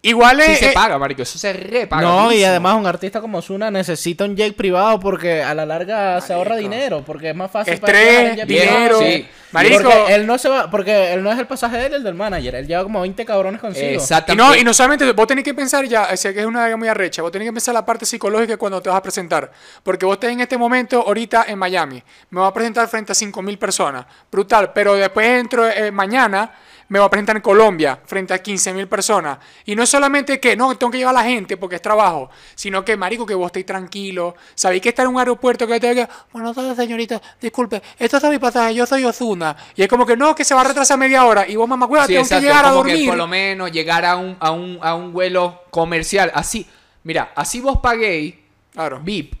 [SPEAKER 1] Igual
[SPEAKER 2] Sí
[SPEAKER 1] es.
[SPEAKER 2] se
[SPEAKER 1] eh,
[SPEAKER 2] paga, marico. Eso se repaga.
[SPEAKER 3] No, y
[SPEAKER 2] durísimo.
[SPEAKER 3] además un artista como Zuna necesita un jet privado porque a la larga se ahorra
[SPEAKER 2] Marico.
[SPEAKER 3] dinero, porque es más fácil
[SPEAKER 1] Estrés,
[SPEAKER 3] viajar en jet
[SPEAKER 1] dinero.
[SPEAKER 3] privado.
[SPEAKER 2] Sí.
[SPEAKER 1] Marico.
[SPEAKER 3] Porque él no se va, porque él no es el pasaje de él, el del manager, él lleva como 20 cabrones consigo.
[SPEAKER 1] Y
[SPEAKER 2] Exactamente.
[SPEAKER 1] no, y no solamente, vos tenés que pensar ya, o sea, que es una vaga muy arrecha, vos tenés que pensar la parte psicológica cuando te vas a presentar. Porque vos estás en este momento, ahorita en Miami, me voy a presentar frente a 5.000 personas, brutal, pero después entro eh, mañana, me voy a presentar en Colombia, frente a 15.000 personas. Y no es solamente que, no, tengo que llevar a la gente porque es trabajo, sino que, marico, que vos estéis tranquilo, sabéis que estar en un aeropuerto que te diga, bueno, tardes, señorita, disculpe, esto es mi pasaje, yo soy Ozuna. Y es como que, no, que se va a retrasar media hora, y vos, mamá, hueva,
[SPEAKER 2] Sí,
[SPEAKER 1] tengo
[SPEAKER 2] exacto,
[SPEAKER 1] que llegar a
[SPEAKER 2] como
[SPEAKER 1] dormir.
[SPEAKER 2] por lo menos llegar a un, a un, a un vuelo comercial. Así, mira, así vos paguéis
[SPEAKER 1] Claro.
[SPEAKER 2] VIP.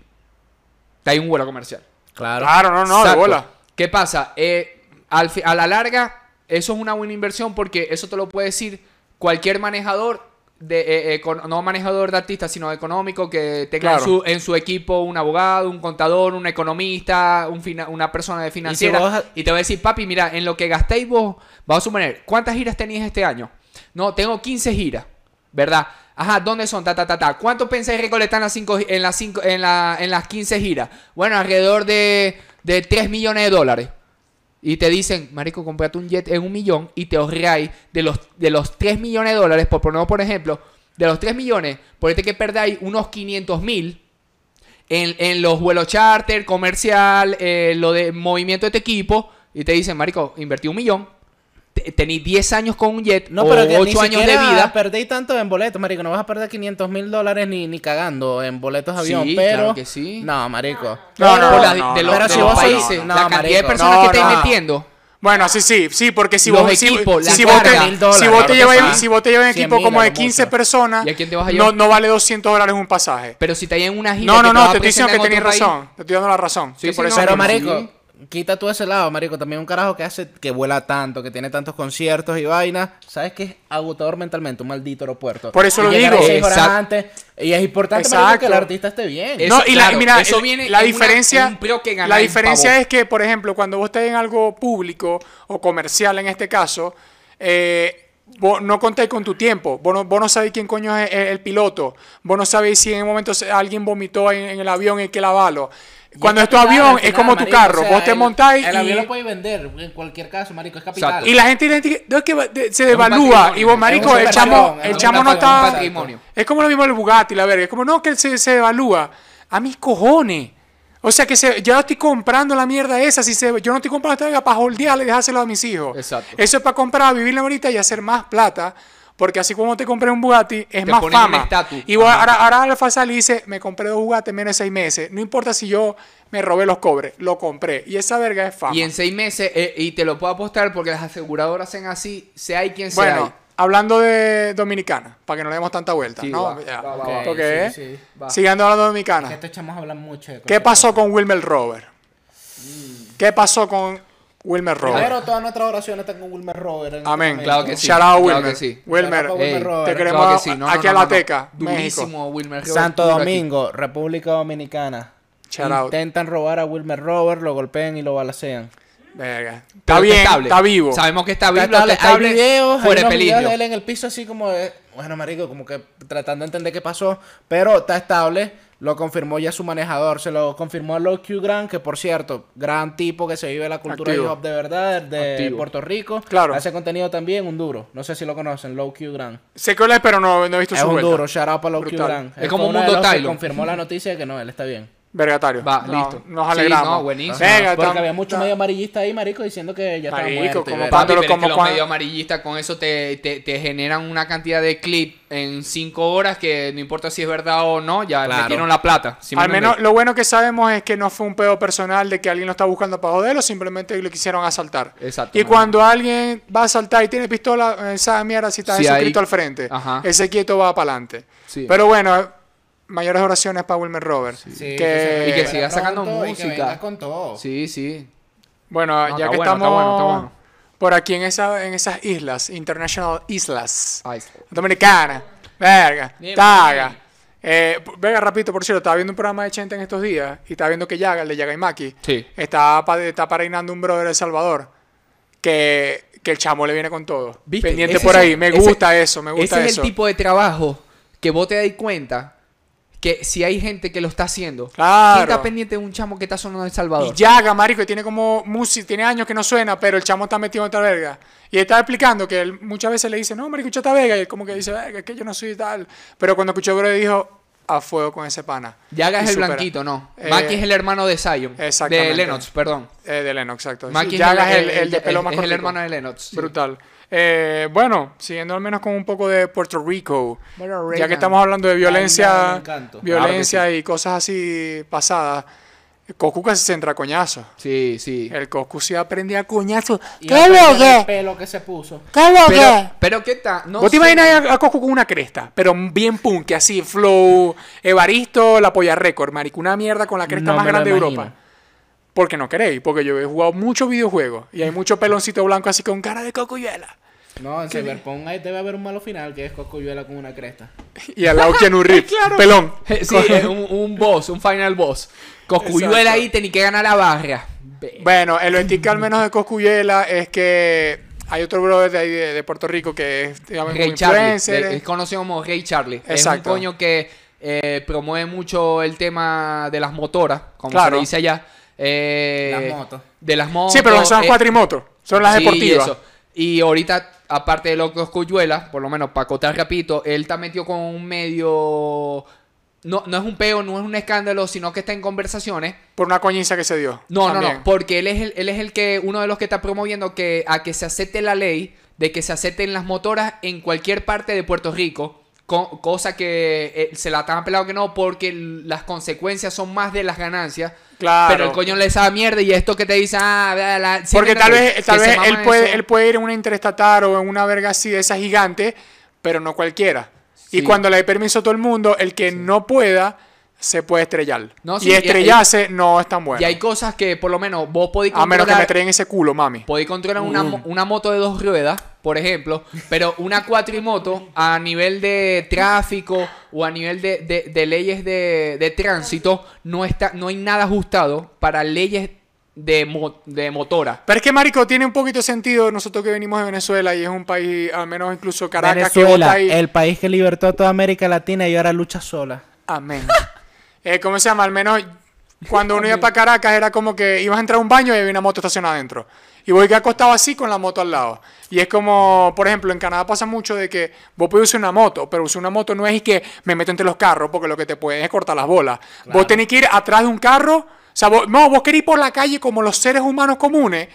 [SPEAKER 2] Te hay un vuelo comercial.
[SPEAKER 3] Claro.
[SPEAKER 1] Claro, no, no, de
[SPEAKER 2] Exacto.
[SPEAKER 1] bola.
[SPEAKER 2] ¿Qué pasa? Eh, al fi- a la larga, eso es una buena inversión porque eso te lo puede decir cualquier manejador, de, eh, eh, con- no manejador de artistas, sino económico, que tenga en,
[SPEAKER 1] Claro.
[SPEAKER 2] su, en su equipo un abogado, un contador, un economista, un fina- una persona de financiera. Y,
[SPEAKER 3] vos-
[SPEAKER 2] te va a decir, papi, mira, en lo que gastéis vos, vamos a suponer, ¿cuántas giras tenías este año? No, tengo 15 giras, ¿verdad? Ajá, ¿dónde son? Ta, ta, ta, ta. ¿Cuánto pensáis recolectar en las, cinco, en, las cinco, en, la- en las 15 giras? Bueno, alrededor de, de 3 millones de dólares. Y te dicen, marico, comprate un jet en un millón y te ahorráis de los, de los 3 millones de dólares, por poner por ejemplo, de los 3 millones, ponete que perdáis unos 500 mil en, en los vuelos charter, comercial, eh, lo de movimiento de tu equipo, y te dicen, marico, invertí un millón, te- tenéis 10 años con un jet
[SPEAKER 3] No,
[SPEAKER 2] o
[SPEAKER 3] pero que
[SPEAKER 2] 8
[SPEAKER 3] ni
[SPEAKER 2] años de
[SPEAKER 3] siquiera
[SPEAKER 2] vida.
[SPEAKER 3] Perdí tanto en boletos, marico. No vas a perder 500 mil dólares ni, ni cagando en boletos de
[SPEAKER 2] Sí,
[SPEAKER 3] avión, pero...
[SPEAKER 2] claro que sí.
[SPEAKER 3] No, marico.
[SPEAKER 1] No, no,
[SPEAKER 2] Por
[SPEAKER 1] no,
[SPEAKER 2] la-
[SPEAKER 1] no,
[SPEAKER 2] de
[SPEAKER 1] no,
[SPEAKER 2] los,
[SPEAKER 1] pero
[SPEAKER 2] de
[SPEAKER 1] si
[SPEAKER 2] los
[SPEAKER 1] vos sois-
[SPEAKER 2] países,
[SPEAKER 3] no,
[SPEAKER 2] la cantidad de
[SPEAKER 3] marico.
[SPEAKER 2] personas
[SPEAKER 1] No,
[SPEAKER 2] que estáis
[SPEAKER 1] no.
[SPEAKER 2] metiendo.
[SPEAKER 1] Bueno, sí, sí, sí, porque si
[SPEAKER 2] Los
[SPEAKER 1] vos, si-
[SPEAKER 2] equipos,
[SPEAKER 1] si,
[SPEAKER 2] la
[SPEAKER 1] vos te,
[SPEAKER 2] carga,
[SPEAKER 1] si
[SPEAKER 3] dólares,
[SPEAKER 1] vos te
[SPEAKER 3] claro
[SPEAKER 1] llevas,
[SPEAKER 3] que
[SPEAKER 1] en-
[SPEAKER 3] sí.
[SPEAKER 1] si vos te llevas en
[SPEAKER 3] 100.000,
[SPEAKER 1] equipo como
[SPEAKER 3] a
[SPEAKER 1] de
[SPEAKER 3] lo
[SPEAKER 1] 15
[SPEAKER 3] mucho.
[SPEAKER 1] personas,
[SPEAKER 2] ¿Y a quién te vas a
[SPEAKER 1] no,
[SPEAKER 2] llevar?
[SPEAKER 1] no vale 200 dólares un pasaje.
[SPEAKER 2] Pero si te hay en una gira
[SPEAKER 1] No,
[SPEAKER 2] que
[SPEAKER 1] no,
[SPEAKER 2] te
[SPEAKER 1] no,
[SPEAKER 2] vas a
[SPEAKER 1] te estoy diciendo
[SPEAKER 2] presentar
[SPEAKER 1] que
[SPEAKER 2] en otro
[SPEAKER 1] tenés
[SPEAKER 2] país,
[SPEAKER 1] razón. Te estoy dando la razón.
[SPEAKER 2] Sí,
[SPEAKER 1] que
[SPEAKER 2] sí,
[SPEAKER 1] por
[SPEAKER 2] no,
[SPEAKER 1] eso
[SPEAKER 3] Pero,
[SPEAKER 1] mismo.
[SPEAKER 3] marico,
[SPEAKER 2] sí.
[SPEAKER 3] quita tú ese lado, marico. También un carajo que hace, que vuela tanto, que tiene tantos conciertos y vainas. ¿Sabes qué es agotador mentalmente? Un maldito aeropuerto.
[SPEAKER 1] Por eso
[SPEAKER 3] Y
[SPEAKER 1] lo
[SPEAKER 3] llegar ahí
[SPEAKER 1] digo.
[SPEAKER 3] seis horas
[SPEAKER 2] Exacto.
[SPEAKER 3] antes. Y es importante, marico, que el
[SPEAKER 1] Exacto.
[SPEAKER 3] artista esté bien.
[SPEAKER 2] Es-
[SPEAKER 1] no,
[SPEAKER 2] Eso,
[SPEAKER 1] y
[SPEAKER 2] claro,
[SPEAKER 1] la, mira,
[SPEAKER 2] eso
[SPEAKER 1] el-
[SPEAKER 2] viene
[SPEAKER 1] la
[SPEAKER 2] en una-
[SPEAKER 1] diferencia,
[SPEAKER 2] en un peo que ganáis,
[SPEAKER 1] la diferencia
[SPEAKER 2] pavo.
[SPEAKER 1] es que, por ejemplo, cuando vos estás en algo público o comercial en este caso, eh, vos no contáis con tu tiempo, vos no, vos no sabéis quién coño es el, el piloto, vos no sabéis si en un momento se- alguien vomitó en, en el avión y hay que lavarlo. Cuando
[SPEAKER 3] Y
[SPEAKER 1] es tu
[SPEAKER 3] capital,
[SPEAKER 1] avión,
[SPEAKER 3] al
[SPEAKER 1] es
[SPEAKER 3] final,
[SPEAKER 1] como tu
[SPEAKER 3] marico,
[SPEAKER 1] carro,
[SPEAKER 3] o sea,
[SPEAKER 1] vos te
[SPEAKER 3] el-
[SPEAKER 1] montáis
[SPEAKER 3] El avión
[SPEAKER 1] y,
[SPEAKER 3] lo puedes vender, en cualquier caso, marico, es
[SPEAKER 2] Exacto.
[SPEAKER 3] capital.
[SPEAKER 1] y la gente identifica- no, es que va- de- se devalúa
[SPEAKER 2] patrimonio,
[SPEAKER 1] y vos,
[SPEAKER 2] es
[SPEAKER 1] marico,
[SPEAKER 3] un
[SPEAKER 1] el
[SPEAKER 3] patrimonio,
[SPEAKER 1] chamo,
[SPEAKER 3] es
[SPEAKER 1] el
[SPEAKER 3] un
[SPEAKER 1] chamo no
[SPEAKER 2] patrimonio,
[SPEAKER 1] está...
[SPEAKER 2] un patrimonio.
[SPEAKER 1] Es como lo mismo el Bugatti, la verga. Es como, no, que se, se devalúa. A mis cojones. O sea, que se, yo estoy comprando la mierda esa. Si se, yo no estoy comprando esta verga para holdearla y dejárselo a mis hijos.
[SPEAKER 2] Exacto.
[SPEAKER 1] Eso es para comprar, vivirla ahorita y hacer más plata. Porque así como te compré un Bugatti, es
[SPEAKER 2] Te
[SPEAKER 1] más
[SPEAKER 2] ponen un
[SPEAKER 1] fama.
[SPEAKER 2] estatus.
[SPEAKER 1] Y voy-
[SPEAKER 2] Ajá.
[SPEAKER 1] ahora, ahora Alfa sale y dice, me compré dos Bugatti en menos de seis meses. No importa si yo me robé los cobres, lo compré. Y esa verga es fama.
[SPEAKER 2] Y en seis meses, eh, y te lo puedo apostar porque las aseguradoras hacen así, sea hay quien sea.
[SPEAKER 1] Bueno, hablando de Dominicana, para que no le demos tanta vuelta,
[SPEAKER 2] Sí,
[SPEAKER 1] ¿no?
[SPEAKER 2] va,
[SPEAKER 1] Ya.
[SPEAKER 2] va, va,
[SPEAKER 3] Ok,
[SPEAKER 2] va.
[SPEAKER 1] Porque,
[SPEAKER 3] sí, sí,
[SPEAKER 2] va.
[SPEAKER 1] siguiendo hablando de Dominicana,
[SPEAKER 3] Estos chamos hablan mucho. de
[SPEAKER 1] ¿qué
[SPEAKER 3] cualquier
[SPEAKER 1] pasó con Wilmer Robert?
[SPEAKER 2] Mm.
[SPEAKER 1] ¿Qué pasó con Wilmer
[SPEAKER 3] cosa.
[SPEAKER 1] Robert?
[SPEAKER 3] Primero, todas nuestras oraciones están con Wilmer Robert. en este
[SPEAKER 1] Amén.
[SPEAKER 3] momento.
[SPEAKER 2] Claro que sí.
[SPEAKER 1] Shout out a
[SPEAKER 2] claro
[SPEAKER 1] Wilmer.
[SPEAKER 2] que sí.
[SPEAKER 1] Wilmer,
[SPEAKER 3] Shout out a Wilmer
[SPEAKER 2] Ey,
[SPEAKER 3] Robert.
[SPEAKER 1] te queremos
[SPEAKER 2] claro que sí. No, no,
[SPEAKER 1] aquí
[SPEAKER 2] no,
[SPEAKER 1] a la
[SPEAKER 2] no, no.
[SPEAKER 1] teca,
[SPEAKER 2] Durísimo,
[SPEAKER 1] México.
[SPEAKER 2] Wilmer Robert,
[SPEAKER 3] Santo
[SPEAKER 2] duro aquí.
[SPEAKER 3] Domingo, República Dominicana.
[SPEAKER 1] Shout out.
[SPEAKER 3] Intentan robar a Wilmer Robert, lo golpean y lo balacean.
[SPEAKER 1] Verga.
[SPEAKER 2] Pero
[SPEAKER 1] Está bien, está vivo.
[SPEAKER 2] Sabemos que está vivo,
[SPEAKER 3] Hay
[SPEAKER 2] está estable,
[SPEAKER 3] videos, hay
[SPEAKER 2] fuera de
[SPEAKER 3] unos videos
[SPEAKER 2] peligro.
[SPEAKER 3] de él en el piso así como de, bueno, marico, como que tratando de entender qué pasó, pero está estable, lo confirmó ya su manejador, se lo confirmó a Low Q Grant, que por cierto, gran tipo que se vive la cultura
[SPEAKER 1] Activo.
[SPEAKER 3] hip hop de verdad, de
[SPEAKER 2] Activo.
[SPEAKER 3] Puerto Rico,
[SPEAKER 1] Claro.
[SPEAKER 3] hace contenido también, un duro, no sé si lo conocen, Low Q Grant.
[SPEAKER 1] Sé que lo es, pero no, no he visto
[SPEAKER 3] Es
[SPEAKER 1] su
[SPEAKER 3] un
[SPEAKER 1] vuelta.
[SPEAKER 3] duro, shout out para Low Q
[SPEAKER 1] Brutal.
[SPEAKER 3] Grant.
[SPEAKER 2] Es
[SPEAKER 3] Él
[SPEAKER 2] como
[SPEAKER 3] fue
[SPEAKER 2] un
[SPEAKER 3] uno de
[SPEAKER 2] mundo
[SPEAKER 3] los que
[SPEAKER 2] Tylo.
[SPEAKER 3] Confirmó la noticia de que no, él está bien.
[SPEAKER 1] Vergatario.
[SPEAKER 2] Va,
[SPEAKER 1] No,
[SPEAKER 2] listo.
[SPEAKER 1] Nos
[SPEAKER 2] Sí,
[SPEAKER 1] alegramos.
[SPEAKER 2] no, buenísimo.
[SPEAKER 1] Venga,
[SPEAKER 3] Porque
[SPEAKER 1] tam-
[SPEAKER 3] había mucho
[SPEAKER 1] tam-
[SPEAKER 3] medio amarillista ahí, marico, diciendo que ya estaba
[SPEAKER 1] Marico,
[SPEAKER 3] muerto. y
[SPEAKER 1] como
[SPEAKER 3] verga.
[SPEAKER 1] papi,
[SPEAKER 2] Ah. Papi, pero es
[SPEAKER 1] como
[SPEAKER 2] que los
[SPEAKER 1] cuan-
[SPEAKER 2] medios amarillistas con eso te, te, te generan una cantidad de clip en cinco horas que no importa si es verdad o no, ya
[SPEAKER 3] Claro.
[SPEAKER 2] metieron la plata. ¿sí me
[SPEAKER 1] Al menos
[SPEAKER 2] entiendes?
[SPEAKER 1] lo bueno que sabemos es que no fue un pedo personal de que alguien lo está buscando para joderlo, simplemente lo quisieron asaltar.
[SPEAKER 2] Exacto,
[SPEAKER 1] Y
[SPEAKER 2] marico.
[SPEAKER 1] cuando alguien va a asaltar y tiene pistola, eh, esa mierda si está
[SPEAKER 2] Sí,
[SPEAKER 1] ese
[SPEAKER 2] ahí-
[SPEAKER 1] grito al frente.
[SPEAKER 2] Ajá.
[SPEAKER 1] Ese quieto va para adelante.
[SPEAKER 2] Sí.
[SPEAKER 1] Pero bueno, mayores oraciones para Wilmer Roberts.
[SPEAKER 3] Sí,
[SPEAKER 1] que-
[SPEAKER 2] Y que
[SPEAKER 1] Espera
[SPEAKER 2] siga sacando
[SPEAKER 3] pronto y que
[SPEAKER 2] música.
[SPEAKER 3] venga con todo.
[SPEAKER 2] Sí, sí.
[SPEAKER 1] Bueno,
[SPEAKER 2] No,
[SPEAKER 1] ya
[SPEAKER 2] está
[SPEAKER 1] que
[SPEAKER 2] bueno, está
[SPEAKER 1] estamos
[SPEAKER 2] bueno, está bueno.
[SPEAKER 1] por aquí en, esa, en esas islas, International Islas,
[SPEAKER 2] Ahí está.
[SPEAKER 1] Dominicana, verga,
[SPEAKER 2] Bien,
[SPEAKER 1] Taga.
[SPEAKER 2] bien.
[SPEAKER 1] Eh, p- verga, rapidito, por cierto, estaba viendo un programa de Chente en estos días y estaba viendo que Yaga, el de Yaga y Maki,
[SPEAKER 2] Sí.
[SPEAKER 1] está, pa- está pareinando un brother de El Salvador que, que el chamo le viene con todo.
[SPEAKER 2] ¿Viste?
[SPEAKER 1] Pendiente
[SPEAKER 2] Ese
[SPEAKER 1] por
[SPEAKER 2] es-
[SPEAKER 1] ahí, me
[SPEAKER 2] ese-
[SPEAKER 1] gusta eso, me gusta
[SPEAKER 2] Ese es
[SPEAKER 1] eso.
[SPEAKER 2] el tipo de trabajo que vos te das cuenta que si hay gente que lo está haciendo,
[SPEAKER 1] Claro.
[SPEAKER 2] ¿quién está pendiente de un chamo que está sonando en El
[SPEAKER 1] Y
[SPEAKER 2] Salvador?
[SPEAKER 1] Yaga, marico, y tiene como música, tiene años que no suena, pero el chamo está metido en esta verga. Y está explicando que él muchas veces le dice, no, marico, escucha esta verga. Y él como que dice, verga, es que yo no soy tal. Pero cuando escuchó Bro dijo, a fuego con ese pana.
[SPEAKER 2] Yaga
[SPEAKER 1] Y
[SPEAKER 2] es el
[SPEAKER 1] supera.
[SPEAKER 2] blanquito, no.
[SPEAKER 1] Eh,
[SPEAKER 2] Maki es el hermano de Zion.
[SPEAKER 1] exactamente.
[SPEAKER 2] De Lennox, perdón.
[SPEAKER 1] eh, de Lennox, exacto.
[SPEAKER 2] Maki
[SPEAKER 1] Sí, Yaga es el, el de pelo más
[SPEAKER 2] es el
[SPEAKER 1] cortico.
[SPEAKER 2] hermano de Lennox. sí.
[SPEAKER 1] Brutal. Eh, bueno, siguiendo al menos con un poco de Puerto Rico.
[SPEAKER 2] Puerto
[SPEAKER 1] Ya
[SPEAKER 2] Rican.
[SPEAKER 1] que estamos hablando de
[SPEAKER 3] Bailando, me
[SPEAKER 1] violencia,
[SPEAKER 3] encanto.
[SPEAKER 1] violencia y cosas así pasadas, Cocuca se centra a coñazo.
[SPEAKER 2] Sí, sí.
[SPEAKER 1] El Coscu sí aprendía a coñazo.
[SPEAKER 3] Y
[SPEAKER 1] ¿Qué es lo
[SPEAKER 3] el
[SPEAKER 1] que?
[SPEAKER 3] pelo que se puso.
[SPEAKER 1] ¿Qué es lo
[SPEAKER 2] Pero,
[SPEAKER 1] que?
[SPEAKER 2] pero ¿qué tal? No
[SPEAKER 1] ¿Vos te
[SPEAKER 2] sé. <laughs>
[SPEAKER 1] imaginas a, a Coscu con una cresta? Pero bien punk, así, flow, Evaristo, la polla récord, marico. Una mierda con la cresta
[SPEAKER 3] No
[SPEAKER 1] más
[SPEAKER 3] me lo
[SPEAKER 1] grande de
[SPEAKER 3] imagino.
[SPEAKER 1] Europa. Porque no queréis, porque yo he jugado muchos videojuegos y hay mucho peloncito blanco así con cara de cocuyuela.
[SPEAKER 3] No, en Cyberpunk ahí debe haber un malo final que es Coscuyuela con una cresta.
[SPEAKER 1] Y al lado
[SPEAKER 2] <laughs>
[SPEAKER 1] Keanu Reeves, pelón.
[SPEAKER 2] Eh, Sí, es un, un boss, un final boss. Coscuyuela
[SPEAKER 1] Exacto.
[SPEAKER 2] ahí, tenía que ganar la barra. Ve-
[SPEAKER 1] <laughs> Bueno, el vertical al menos de Coscuyela es que hay otro brother de ahí de, de Puerto Rico que es, digamos,
[SPEAKER 2] Ray
[SPEAKER 1] un
[SPEAKER 2] Charlie.
[SPEAKER 1] influencer. eh.
[SPEAKER 2] Es conocido como Ray Charlie.
[SPEAKER 1] Exacto.
[SPEAKER 2] Es un coño que eh, promueve mucho el tema de las motoras, como se
[SPEAKER 1] Claro.
[SPEAKER 2] le dice allá. Eh,
[SPEAKER 3] Las motos.
[SPEAKER 2] De las motos.
[SPEAKER 1] Sí, pero son
[SPEAKER 2] eh,
[SPEAKER 1] cuatrimotos, son las
[SPEAKER 2] sí, y
[SPEAKER 1] deportivas.
[SPEAKER 2] eso. Y ahorita, aparte de los Coscuyuela, por lo menos para acotar rapidito, él está metido con un medio... No, no es un peo, no es un escándalo, sino que está en conversaciones
[SPEAKER 1] Por una coñiza que se dio.
[SPEAKER 2] No, no,
[SPEAKER 1] también.
[SPEAKER 2] no, porque él es el, él es el que, uno de los que está promoviendo que a que se acepte la ley de que se acepten las motoras en cualquier parte de Puerto Rico, co- cosa que eh, se la están apelando que no, porque l- las consecuencias son más de las ganancias.
[SPEAKER 1] Claro.
[SPEAKER 2] Pero el coño le sabe mierda y esto que te dice, ah, bla, bla, sí,
[SPEAKER 1] Porque
[SPEAKER 2] me
[SPEAKER 1] tal
[SPEAKER 2] entiendes,
[SPEAKER 1] vez, tal
[SPEAKER 2] que se
[SPEAKER 1] vez él,
[SPEAKER 2] maman
[SPEAKER 1] puede,
[SPEAKER 2] eso.
[SPEAKER 1] él puede ir en una interestatal o en una verga así de esas gigantes, pero no cualquiera. Y
[SPEAKER 2] Sí.
[SPEAKER 1] cuando le dé permiso a todo el mundo, el que no pueda, se puede estrellar.
[SPEAKER 2] No, sí,
[SPEAKER 1] y
[SPEAKER 2] y-
[SPEAKER 1] estrellarse no es tan bueno.
[SPEAKER 2] Y hay cosas que por lo menos vos podéis
[SPEAKER 1] a menos que me
[SPEAKER 2] controlar-
[SPEAKER 1] estrellen ese culo, mami.
[SPEAKER 2] Podéis controlar una, mo- una moto de dos ruedas, por ejemplo, pero una cuatrimoto a nivel de tráfico o a nivel de, de- de leyes de, de tránsito, no, está, no hay nada ajustado para leyes de, mo- de motora.
[SPEAKER 1] Pero es que, marico, tiene un poquito de sentido nosotros que venimos de Venezuela y es un país, al menos incluso Caracas, que vota ahí.
[SPEAKER 3] país que libertó a toda América Latina y ahora lucha sola.
[SPEAKER 1] Amén. <laughs> Eh, ¿Cómo se llama? Al menos cuando uno iba para Caracas era como que ibas a entrar a un baño y había una moto estacionada adentro. Y voy que acostado así con la moto al lado. Y es como, por ejemplo, en Canadá pasa mucho de que vos puedes usar una moto, pero usar una moto no es y que me meto entre los carros porque lo que te pueden es cortar las bolas. Vos tenés que ir atrás de un carro. O sea, vos- no, vos querés ir por la calle como los seres humanos comunes.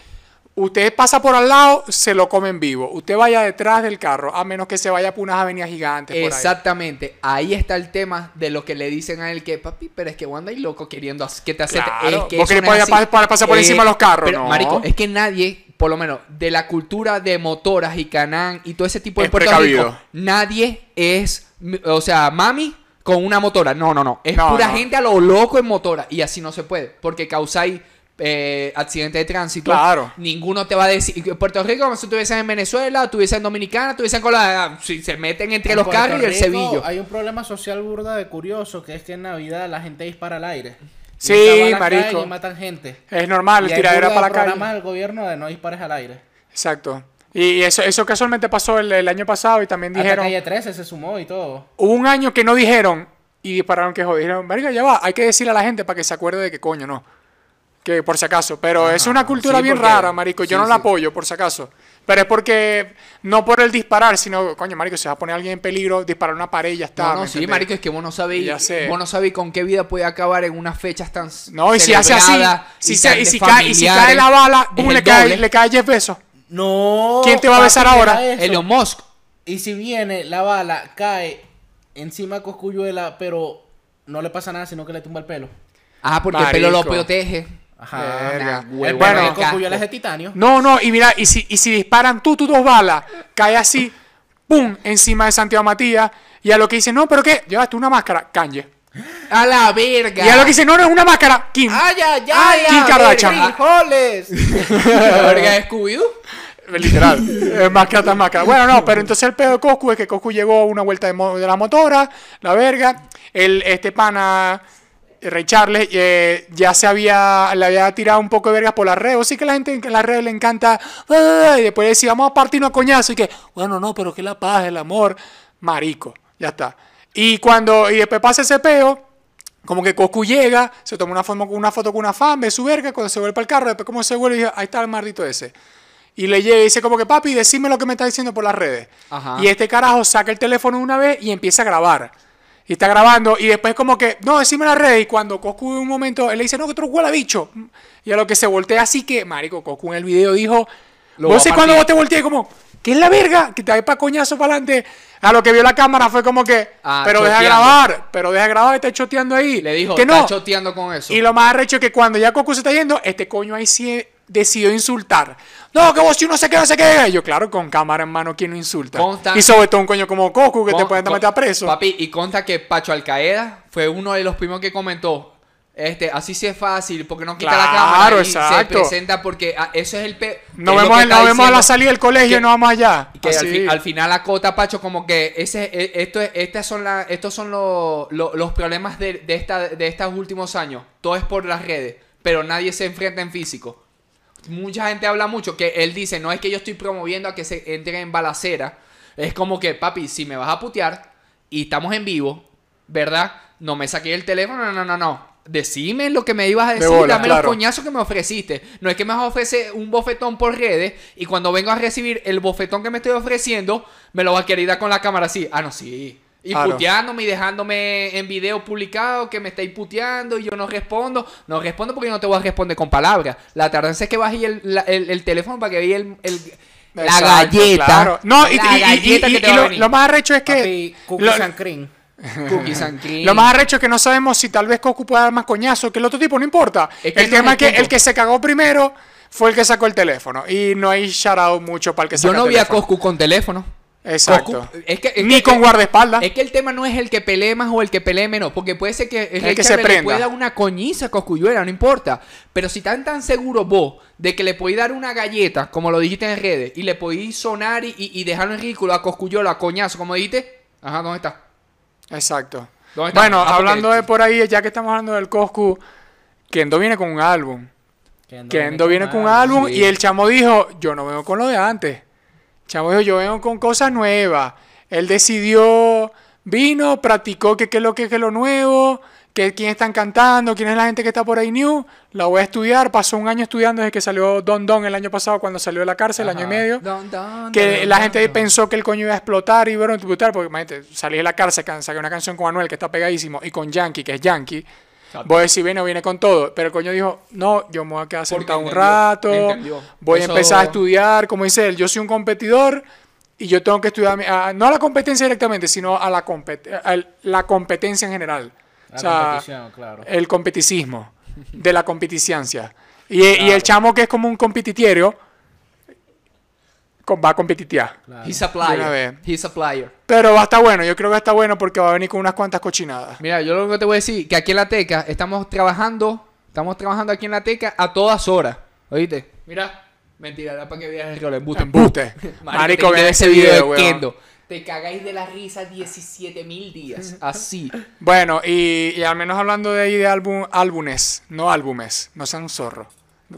[SPEAKER 1] Usted pasa por al lado, se lo comen vivo. Usted vaya detrás del carro, a menos que se vaya por unas avenidas gigantes. por ahí.
[SPEAKER 2] Exactamente, ahí está el tema de lo que le dicen a él que papi, pero es que vos andáis loco queriendo as- que te acepte.
[SPEAKER 1] Claro,
[SPEAKER 2] es que
[SPEAKER 1] vos
[SPEAKER 2] eso
[SPEAKER 1] querés
[SPEAKER 2] no es
[SPEAKER 1] pa-
[SPEAKER 2] así. Eh,
[SPEAKER 1] pa- pasar por encima de los carros,
[SPEAKER 2] pero,
[SPEAKER 1] no.
[SPEAKER 2] Marico, es que nadie, por lo menos de la cultura de motoras y canán y todo ese tipo de
[SPEAKER 1] Es
[SPEAKER 2] Puerto
[SPEAKER 1] precavido.
[SPEAKER 2] Rico, nadie es, m- o sea, mami con una motora. No, no, no. Es
[SPEAKER 1] No,
[SPEAKER 2] pura
[SPEAKER 1] no.
[SPEAKER 2] gente a lo loco en motora y así no se puede porque causáis. eh, accidente de tránsito.
[SPEAKER 1] Claro.
[SPEAKER 2] Ninguno te va a decir. en Puerto Rico, como si estuviesen en Venezuela, estuviesen en Dominicana, estuviesen con la. Si se meten entre
[SPEAKER 3] En
[SPEAKER 2] los
[SPEAKER 3] Puerto
[SPEAKER 2] carros y el
[SPEAKER 3] Rico
[SPEAKER 2] cebillo.
[SPEAKER 3] Hay un problema social burda de curioso que es que en Navidad la gente dispara al aire. Y
[SPEAKER 1] Sí,
[SPEAKER 3] esa bala cae
[SPEAKER 1] marico.
[SPEAKER 3] Y matan gente.
[SPEAKER 1] Es normal,
[SPEAKER 3] y hay
[SPEAKER 1] tiradera
[SPEAKER 3] burda
[SPEAKER 1] para
[SPEAKER 3] de
[SPEAKER 1] la calle.
[SPEAKER 3] programas del gobierno de no dispares al aire.
[SPEAKER 1] Exacto. Y eso, eso casualmente pasó el, el año pasado y también
[SPEAKER 3] Hasta
[SPEAKER 1] dijeron...
[SPEAKER 3] calle 13 se sumó y todo.
[SPEAKER 1] Hubo un año que no dijeron y dispararon que joder. Dijeron, verga, ya va, hay que decirle a la gente para que se acuerde de que coño, no. Que por si acaso. Pero es una cultura
[SPEAKER 2] sí,
[SPEAKER 1] bien
[SPEAKER 2] porque-
[SPEAKER 1] rara, marico. Yo
[SPEAKER 2] sí,
[SPEAKER 1] no la
[SPEAKER 2] sí.
[SPEAKER 1] apoyo, por si acaso. Pero es porque, no por el disparar, sino, coño, marico, se va a poner alguien en peligro, disparar una pared y ya está.
[SPEAKER 2] No, no,
[SPEAKER 1] ¿me
[SPEAKER 2] sí,
[SPEAKER 1] entendés?
[SPEAKER 2] marico, es que vos no sabéis,
[SPEAKER 1] Ya sé.
[SPEAKER 2] vos no sabéis con qué vida puede acabar en unas fechas tan
[SPEAKER 1] No, y si hace así,
[SPEAKER 2] celebradas
[SPEAKER 1] si
[SPEAKER 2] y
[SPEAKER 1] se-
[SPEAKER 2] tan
[SPEAKER 1] y,
[SPEAKER 2] de
[SPEAKER 1] si cae, y si
[SPEAKER 2] familiares,
[SPEAKER 1] cae la bala,
[SPEAKER 2] es
[SPEAKER 1] boom,
[SPEAKER 2] el
[SPEAKER 1] le, cae,
[SPEAKER 2] doble.
[SPEAKER 1] le cae 10 pesos.
[SPEAKER 3] No.
[SPEAKER 1] ¿Quién te va a
[SPEAKER 3] papi,
[SPEAKER 1] besar
[SPEAKER 3] mira
[SPEAKER 1] ahora?
[SPEAKER 3] eso.
[SPEAKER 2] Elon Musk.
[SPEAKER 3] Y si viene la bala, cae encima de Coscuyuela, pero no le pasa nada, sino que le tumba el pelo.
[SPEAKER 2] Ah, porque
[SPEAKER 1] Marico.
[SPEAKER 2] el pelo lo protege.
[SPEAKER 3] Ajá.
[SPEAKER 1] Verga.
[SPEAKER 2] nah,
[SPEAKER 3] El
[SPEAKER 2] huevo,
[SPEAKER 3] pelo
[SPEAKER 1] Eh, bueno,
[SPEAKER 3] de
[SPEAKER 2] el
[SPEAKER 3] Coscuyuela es
[SPEAKER 2] casco.
[SPEAKER 3] de titanio.
[SPEAKER 1] No, no, y mira, y si, y si disparan tú, tú dos balas, cae así, pum, encima de Santiago Matías, y a lo que dicen, no, pero ¿qué? Llevaste una máscara, Kanye.
[SPEAKER 2] A la verga.
[SPEAKER 1] Y a lo que dicen, no, no es una máscara, Kim.
[SPEAKER 2] ¡Ay, ay,
[SPEAKER 1] Ay,
[SPEAKER 2] ay!
[SPEAKER 1] Kim
[SPEAKER 2] a
[SPEAKER 1] Kardashian. Ah.
[SPEAKER 2] ver, frijoles. <laughs> la verga de Scooby-Doo.
[SPEAKER 1] <laughs> Literal, eh, máscara tras máscara. Bueno, no, pero entonces el pedo de Coscu es que Coscu llegó a una vuelta de, mo- de la motora, la verga. El, este pana, eh, Ray Charles, eh, ya se había, le había tirado un poco de vergas por las redes. O sí que la gente en las redes le encanta. "Ah", Y después decía, vamos a partirnos a coñazo. Y que, bueno, no, pero que la paz, el amor, marico. Ya está. Y cuando, y después pasa ese peo. Como que Coscu llega, se toma una, forma- una foto con una fan, ve su verga, cuando se vuelve para el carro, después como se vuelve, dije, ahí está el maldito ese. Y le llega y dice como que, papi, decime lo que me está diciendo por las redes.
[SPEAKER 2] Ajá.
[SPEAKER 1] Y este carajo saca el teléfono una vez y empieza a grabar. Y está grabando y después como que, no, decime las redes. Y cuando Coscu en un momento, él le dice, no, que otro huele bicho. Y a lo que se voltea así que, marico, Coscu en el video dijo, no
[SPEAKER 2] Lo va a
[SPEAKER 1] sé cuándo
[SPEAKER 2] partir.
[SPEAKER 1] vos te volteas y como, ¿qué es la verga? Que te vais para coñazo para adelante. A lo que vio la cámara fue como que,
[SPEAKER 2] Ah,
[SPEAKER 1] pero deja
[SPEAKER 2] choteando.
[SPEAKER 1] grabar, pero deja grabar, está choteando ahí.
[SPEAKER 2] Le dijo,
[SPEAKER 1] que
[SPEAKER 2] está
[SPEAKER 1] no.
[SPEAKER 2] choteando con eso.
[SPEAKER 1] Y lo más arrecho es que cuando ya Goku se está yendo, este coño ahí sí decidió insultar. No, que vos si no sé qué, no sé qué. Y Yo, claro, con cámara en mano, ¿quién no insulta?
[SPEAKER 2] Consta-
[SPEAKER 1] Y sobre todo un coño como Goku que te
[SPEAKER 2] Con-
[SPEAKER 1] pueden
[SPEAKER 2] con-
[SPEAKER 1] meter a preso.
[SPEAKER 2] Papi, y conta que Pacho Alcaeda fue uno de los primos que comentó. Este, así sí es fácil, porque no quita la
[SPEAKER 1] Claro,
[SPEAKER 2] cámara y se
[SPEAKER 1] exacto.
[SPEAKER 2] presenta porque ah, eso es el pe
[SPEAKER 1] Nos
[SPEAKER 2] es lo
[SPEAKER 1] vemos,
[SPEAKER 2] que
[SPEAKER 1] en-
[SPEAKER 2] está
[SPEAKER 1] nos vemos a
[SPEAKER 2] diciendo.
[SPEAKER 1] la salida del colegio y
[SPEAKER 2] que-
[SPEAKER 1] nos vamos allá.
[SPEAKER 2] Que al,
[SPEAKER 1] Así.
[SPEAKER 2] fi- al final acota Pacho como que ese, e- esto, es- estas son la- estos son lo- lo- los problemas de, de, esta, de estos últimos años. Todo es por las redes, pero nadie se enfrenta en físico. Mucha gente habla mucho que él dice, no es que yo estoy promoviendo a que se entre en balacera. Es como que, papi, si me vas a putear y estamos en vivo, ¿verdad? No me saqué el teléfono, no, no, no, no. Decime lo que me ibas a
[SPEAKER 1] De
[SPEAKER 2] decir,
[SPEAKER 1] bola,
[SPEAKER 2] dame
[SPEAKER 1] claro.
[SPEAKER 2] los coñazos que me ofreciste. No es que me vas a ofrecer un bofetón por redes y cuando vengo a recibir el bofetón que me estoy ofreciendo, me lo va a querer dar con la cámara así. Ah, no, sí. Y
[SPEAKER 1] Claro.
[SPEAKER 2] puteándome y dejándome en video publicado que me estáis puteando y yo no respondo. No respondo porque no te voy a responder con palabras. La tardanza es que bajé el, la- el, el teléfono para que veas el, el- la
[SPEAKER 1] Exacto,
[SPEAKER 2] galleta.
[SPEAKER 1] claro. No, y,
[SPEAKER 2] La
[SPEAKER 1] y- y-
[SPEAKER 2] galleta
[SPEAKER 1] y-
[SPEAKER 2] que
[SPEAKER 1] y
[SPEAKER 2] te va a
[SPEAKER 1] lo,
[SPEAKER 2] venir.
[SPEAKER 1] lo más arrecho es que.
[SPEAKER 3] Papi, Cookie
[SPEAKER 1] lo-
[SPEAKER 3] and cream.
[SPEAKER 2] <laughs> Cookies and cream.
[SPEAKER 1] Lo más arrecho es que no sabemos si tal vez Goku puede dar más coñazo que el otro tipo, no importa.
[SPEAKER 2] Es que
[SPEAKER 1] el
[SPEAKER 2] no
[SPEAKER 1] tema es
[SPEAKER 2] es el
[SPEAKER 1] que
[SPEAKER 2] punto.
[SPEAKER 1] el que se cagó primero fue el que sacó el teléfono. Y no hay shoutout mucho para el que sacó el
[SPEAKER 2] Yo no vi a
[SPEAKER 1] teléfono.
[SPEAKER 2] Coscu con teléfono.
[SPEAKER 1] Exacto.
[SPEAKER 2] Coscu- es que- es
[SPEAKER 1] Ni
[SPEAKER 2] que-
[SPEAKER 1] con guardaespaldas.
[SPEAKER 2] Es que el tema no es el que pelee más o el que pelee menos, porque puede ser que
[SPEAKER 1] que
[SPEAKER 2] Ray
[SPEAKER 1] se
[SPEAKER 2] Charles le
[SPEAKER 1] prenda.
[SPEAKER 2] pueda dar una coñiza a Cosculluela, no importa. Pero si están tan seguros vos de que le podéis dar una galleta, como lo dijiste en redes, y le podéis sonar y, y- y dejarlo en ridículo a Cosculluela, a coñazo, como dijiste, ajá, ¿dónde está?
[SPEAKER 1] Exacto.
[SPEAKER 2] ¿Dónde está?
[SPEAKER 1] Bueno,
[SPEAKER 2] Ah, porque-
[SPEAKER 1] hablando de por ahí, ya que estamos hablando del Coscu, Kendo viene con un álbum. Kendo viene con un álbum
[SPEAKER 2] sí.
[SPEAKER 1] y el chamo dijo, yo no vengo con lo de antes. El chamo dijo, yo vengo con cosas nuevas. Él decidió, vino, practicó que qué es lo que qué es lo nuevo, que quién están cantando, quién es la gente que está por ahí new. La voy a estudiar, pasó un año estudiando desde que salió Don Don el año pasado cuando salió de la cárcel, el año y medio.
[SPEAKER 2] Don, don,
[SPEAKER 1] Que
[SPEAKER 2] don,
[SPEAKER 1] la
[SPEAKER 2] don,
[SPEAKER 1] gente
[SPEAKER 2] don.
[SPEAKER 1] pensó que el coño iba a explotar y bueno, explotar, porque imagínate, salí de la cárcel, can- saqué una canción con Anuel que está pegadísimo y con Yankee, que es Yankee. Voy a decir, viene, viene con todo. Pero el coño dijo, no, yo me voy a quedar
[SPEAKER 2] Porque
[SPEAKER 1] sentado un
[SPEAKER 2] entendió,
[SPEAKER 1] rato,
[SPEAKER 2] entendió.
[SPEAKER 1] voy
[SPEAKER 2] Eso-
[SPEAKER 1] a empezar a estudiar, como dice él, yo soy un competidor y yo tengo que estudiar, mi- a- no a la competencia directamente, sino a la, compet- a el- la competencia en general.
[SPEAKER 3] La
[SPEAKER 1] O sea,
[SPEAKER 3] competición, claro.
[SPEAKER 1] el competicismo, de la competicencia. Y, y el chamo que es como un competitiero, con- va a competitear.
[SPEAKER 3] claro.
[SPEAKER 2] He's a
[SPEAKER 1] De una
[SPEAKER 2] player.
[SPEAKER 1] vez.
[SPEAKER 2] He's a player.
[SPEAKER 1] Pero va a estar bueno, yo creo que va a estar bueno porque va a venir con unas cuantas cochinadas.
[SPEAKER 2] Mira, yo lo que te voy a decir, que aquí en la teca estamos trabajando, estamos trabajando aquí en la teca a todas horas. ¿Oíste? Mira, mentira, era para que veas el rol, embuste,
[SPEAKER 1] Embuste. <laughs> Marico,
[SPEAKER 2] te
[SPEAKER 1] vean
[SPEAKER 2] quité
[SPEAKER 1] ese video, weón.
[SPEAKER 2] Te cagáis de la risa 17 mil días. <laughs> Así.
[SPEAKER 1] Bueno, y, y al menos hablando de ahí de álbum, álbumes, no álbumes, no sean un zorro.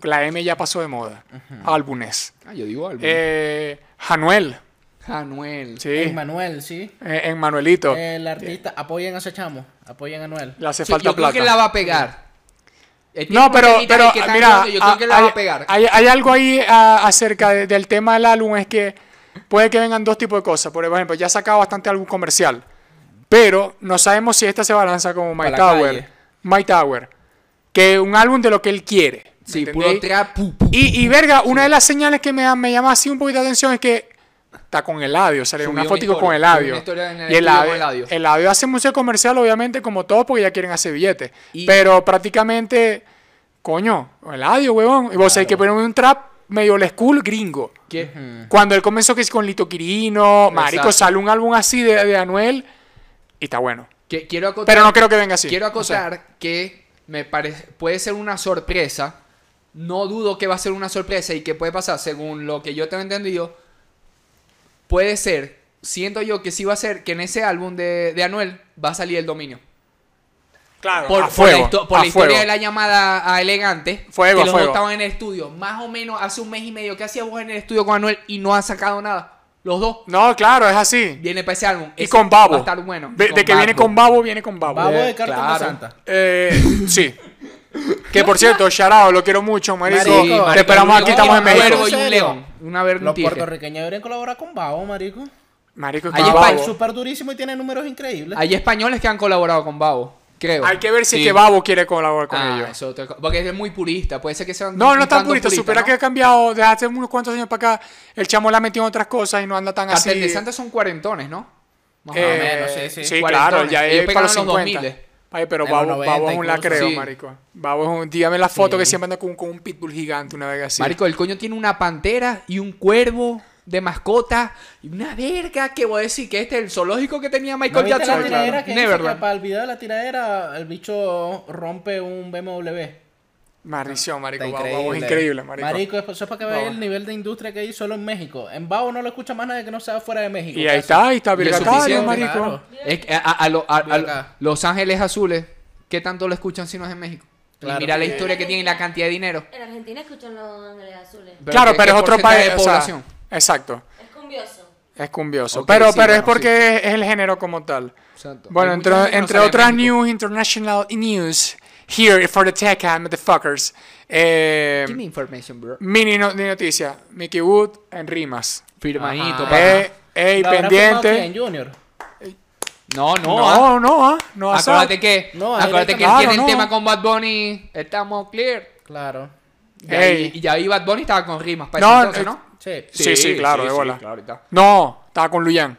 [SPEAKER 1] La M ya pasó de moda. Álbumes.
[SPEAKER 2] Ah, yo digo algo.
[SPEAKER 1] Eh, Januel,
[SPEAKER 2] Anuel.
[SPEAKER 1] sí.
[SPEAKER 3] Ey, Manuel, sí.
[SPEAKER 1] Eh, en Manuelito.
[SPEAKER 3] El artista, apoyen a ese chamo, apoyen a Noel.
[SPEAKER 1] Le hace
[SPEAKER 2] Sí,
[SPEAKER 1] falta
[SPEAKER 2] yo creo
[SPEAKER 1] plata.
[SPEAKER 2] que la va a pegar. Eh, tiene
[SPEAKER 1] No, pero,
[SPEAKER 2] problemitas
[SPEAKER 1] pero
[SPEAKER 2] ahí que están
[SPEAKER 1] mira,
[SPEAKER 2] dando, yo creo
[SPEAKER 1] a-
[SPEAKER 2] que la va
[SPEAKER 1] hay,
[SPEAKER 2] a pegar.
[SPEAKER 1] hay- hay algo ahí a- acerca de- del tema del álbum, es que puede que vengan dos tipos de cosas. Por ejemplo, ya ha sacado bastante álbum comercial, pero no sabemos si esta se balanza como My
[SPEAKER 3] Pa' la
[SPEAKER 1] Tower.
[SPEAKER 3] calle.
[SPEAKER 1] My Tower. Que un álbum de lo que él quiere. ¿me
[SPEAKER 2] sí,
[SPEAKER 1] entendéis?
[SPEAKER 2] puro trap. pu, pu,
[SPEAKER 1] Y, y, verga, una de las señales que me, da- me llama así un poquito de atención es que está con el labio, sale
[SPEAKER 2] Subió
[SPEAKER 1] una
[SPEAKER 2] una
[SPEAKER 1] fotico
[SPEAKER 2] historia,
[SPEAKER 1] con el
[SPEAKER 2] subió
[SPEAKER 1] labio.
[SPEAKER 2] una historia en el
[SPEAKER 1] y el
[SPEAKER 2] estudio con
[SPEAKER 1] labio,
[SPEAKER 2] el labio.
[SPEAKER 1] el labio hace música comercial, obviamente, como todos, porque ya quieren hacer billetes.
[SPEAKER 2] Y-
[SPEAKER 1] Pero prácticamente, coño, el labio, huevón. Y vos hay que ponerme un trap medio old school gringo.
[SPEAKER 2] que-
[SPEAKER 1] Cuando él comenzó que es con Lito Quirino, Marico,
[SPEAKER 2] Exacto.
[SPEAKER 1] sale un álbum así de, de Anuel y está bueno.
[SPEAKER 2] que quiero acotar,
[SPEAKER 1] Pero no creo que venga así.
[SPEAKER 2] quiero
[SPEAKER 1] O sea,
[SPEAKER 2] acotar que me parece puede ser una sorpresa. No dudo que va a ser una sorpresa y que puede pasar, según lo que yo tengo entendido. Puede ser, siento yo que sí va a ser que en ese álbum de, de Anuel va a salir el dominio.
[SPEAKER 1] claro,
[SPEAKER 2] Por,
[SPEAKER 1] a
[SPEAKER 2] por la,
[SPEAKER 1] fuego,
[SPEAKER 2] histo- por
[SPEAKER 1] a
[SPEAKER 2] la historia
[SPEAKER 1] fuego.
[SPEAKER 2] de la llamada a Elegante.
[SPEAKER 1] Fuego,
[SPEAKER 2] que los dos
[SPEAKER 1] fuego.
[SPEAKER 2] estaban en el estudio. Más o menos hace un mes y medio. ¿Qué hacía vos en el estudio con Anuel y no has sacado nada? Los dos.
[SPEAKER 1] No, claro, es así.
[SPEAKER 2] Viene para ese álbum.
[SPEAKER 1] Y
[SPEAKER 2] Ese
[SPEAKER 1] con Babo.
[SPEAKER 2] Va a estar bueno.
[SPEAKER 1] De, de que viene con Babo, viene con Babo.
[SPEAKER 3] Babo
[SPEAKER 2] Eh,
[SPEAKER 3] de Carta
[SPEAKER 2] claro.
[SPEAKER 3] Santa.
[SPEAKER 1] Eh,
[SPEAKER 2] <laughs>
[SPEAKER 1] sí. Que por cierto, Sharao, lo quiero mucho, marico.
[SPEAKER 3] Marico,
[SPEAKER 1] Te
[SPEAKER 3] marico,
[SPEAKER 1] esperamos
[SPEAKER 3] marico,
[SPEAKER 1] aquí, estamos en
[SPEAKER 2] Un
[SPEAKER 1] México.
[SPEAKER 2] cuervo y un león. Una verga, un
[SPEAKER 3] Los
[SPEAKER 2] tigre.
[SPEAKER 3] puertorriqueños deberían colaborar con Babo, marico.
[SPEAKER 1] Marico,
[SPEAKER 2] Ahí
[SPEAKER 1] que
[SPEAKER 2] es
[SPEAKER 1] Babo.
[SPEAKER 2] Babo.
[SPEAKER 3] Súper durísimo y tiene números increíbles.
[SPEAKER 2] Hay españoles que han colaborado con Babo. Creo.
[SPEAKER 1] Hay que ver si
[SPEAKER 2] Sí.
[SPEAKER 1] es que Babo quiere colaborar con
[SPEAKER 2] Ah,
[SPEAKER 1] ellos.
[SPEAKER 2] eso es otra cosa. Porque es muy purista. Puede ser que sean.
[SPEAKER 1] No,
[SPEAKER 2] un
[SPEAKER 1] no es tan
[SPEAKER 2] tanto
[SPEAKER 1] purista.
[SPEAKER 2] puristas,
[SPEAKER 1] Supera
[SPEAKER 2] ¿no?
[SPEAKER 1] que ha cambiado desde hace unos cuantos años para acá. El chamo la ha metido en otras cosas y no anda tan
[SPEAKER 2] Cartel
[SPEAKER 1] así.
[SPEAKER 2] de Santa son cuarentones, ¿no? Más o
[SPEAKER 1] Eh,
[SPEAKER 2] menos.
[SPEAKER 3] menos, sí, sí.
[SPEAKER 1] claro,
[SPEAKER 2] Cuarentones.
[SPEAKER 1] ya
[SPEAKER 2] Ellos
[SPEAKER 1] es para los
[SPEAKER 2] pegaron los
[SPEAKER 1] 50.
[SPEAKER 2] 2000.
[SPEAKER 1] Ay, pero
[SPEAKER 3] En los
[SPEAKER 1] Babo,
[SPEAKER 3] 90
[SPEAKER 1] Babo es un
[SPEAKER 3] incluso.
[SPEAKER 1] lacreo,
[SPEAKER 2] Sí.
[SPEAKER 1] marico. Babo es un... Dígame la foto que
[SPEAKER 3] Sí.
[SPEAKER 1] siempre anda con, con un pitbull gigante, una vez así.
[SPEAKER 2] Marico, el coño tiene una pantera y un cuervo de mascota y una verga que voy a decir que este es el zoológico que tenía
[SPEAKER 3] ¿No
[SPEAKER 2] Michael
[SPEAKER 3] viste
[SPEAKER 2] Jackson.
[SPEAKER 3] la tiradera que dice que
[SPEAKER 2] Neverland.
[SPEAKER 3] para el video de la tiradera el bicho rompe un BMW?
[SPEAKER 1] Marición, marico.
[SPEAKER 3] Está
[SPEAKER 1] Babo, Babo es increíble, marico.
[SPEAKER 3] eso es para que veas
[SPEAKER 1] Babo.
[SPEAKER 3] el nivel de industria que hay solo en México. En Babo no lo escucha más nadie que no sea fuera de México.
[SPEAKER 1] Y ahí
[SPEAKER 3] Casi.
[SPEAKER 1] está, ahí está.
[SPEAKER 2] Y es
[SPEAKER 1] Virgatario,
[SPEAKER 2] suficiente,
[SPEAKER 1] marico.
[SPEAKER 3] claro.
[SPEAKER 2] Es que a, a- a lo- a- a lo-
[SPEAKER 3] Acá.
[SPEAKER 2] Los Ángeles Azules, ¿qué tanto lo escuchan si no es en México? Y
[SPEAKER 3] Claro.
[SPEAKER 2] mira la historia que tiene y la cantidad de dinero.
[SPEAKER 4] En Argentina escuchan los ángeles azules.
[SPEAKER 1] claro,
[SPEAKER 2] ¿qué-
[SPEAKER 1] pero
[SPEAKER 2] qué
[SPEAKER 1] es otro
[SPEAKER 2] porcentaje
[SPEAKER 1] país.
[SPEAKER 2] de
[SPEAKER 1] o sea,
[SPEAKER 2] población?
[SPEAKER 1] exacto.
[SPEAKER 4] Es cumbioso.
[SPEAKER 1] Es cumbioso.
[SPEAKER 2] Ok,
[SPEAKER 1] pero
[SPEAKER 2] sí,
[SPEAKER 1] pero es
[SPEAKER 2] bueno,
[SPEAKER 1] porque es- es el género como tal.
[SPEAKER 2] Exacto.
[SPEAKER 1] Bueno,
[SPEAKER 2] Hay
[SPEAKER 1] entre,
[SPEAKER 2] mucha gente que no
[SPEAKER 1] entre
[SPEAKER 2] sabe de
[SPEAKER 1] otras
[SPEAKER 2] México.
[SPEAKER 1] news, international news, here for the tech and motherfuckers. Eh,
[SPEAKER 2] Give me information, bro.
[SPEAKER 1] mini no- de noticia. Mickey Wood en rimas.
[SPEAKER 2] Firmadito,
[SPEAKER 3] Ajá.
[SPEAKER 2] papá.
[SPEAKER 1] Eh, ey,
[SPEAKER 3] ¿Lo habrá firmado
[SPEAKER 1] pendiente.
[SPEAKER 3] quién, Junior.
[SPEAKER 2] No, no. ah.
[SPEAKER 1] No, no, ah, no, ah,
[SPEAKER 2] Acuérdate que,
[SPEAKER 3] No,
[SPEAKER 2] acuérdate que
[SPEAKER 1] claro,
[SPEAKER 2] tiene el
[SPEAKER 1] no.
[SPEAKER 2] tema con Bad Bunny. Estamos clear.
[SPEAKER 3] Claro.
[SPEAKER 2] Y ahí,
[SPEAKER 1] Ey.
[SPEAKER 2] y ahí Bad Bunny estaba con rimas para
[SPEAKER 1] No,
[SPEAKER 2] ese entonces,
[SPEAKER 1] eh,
[SPEAKER 2] ¿no?
[SPEAKER 3] Sí.
[SPEAKER 1] Sí, sí, claro, de bola.
[SPEAKER 2] claro, ahorita.
[SPEAKER 1] No, estaba con Luyan.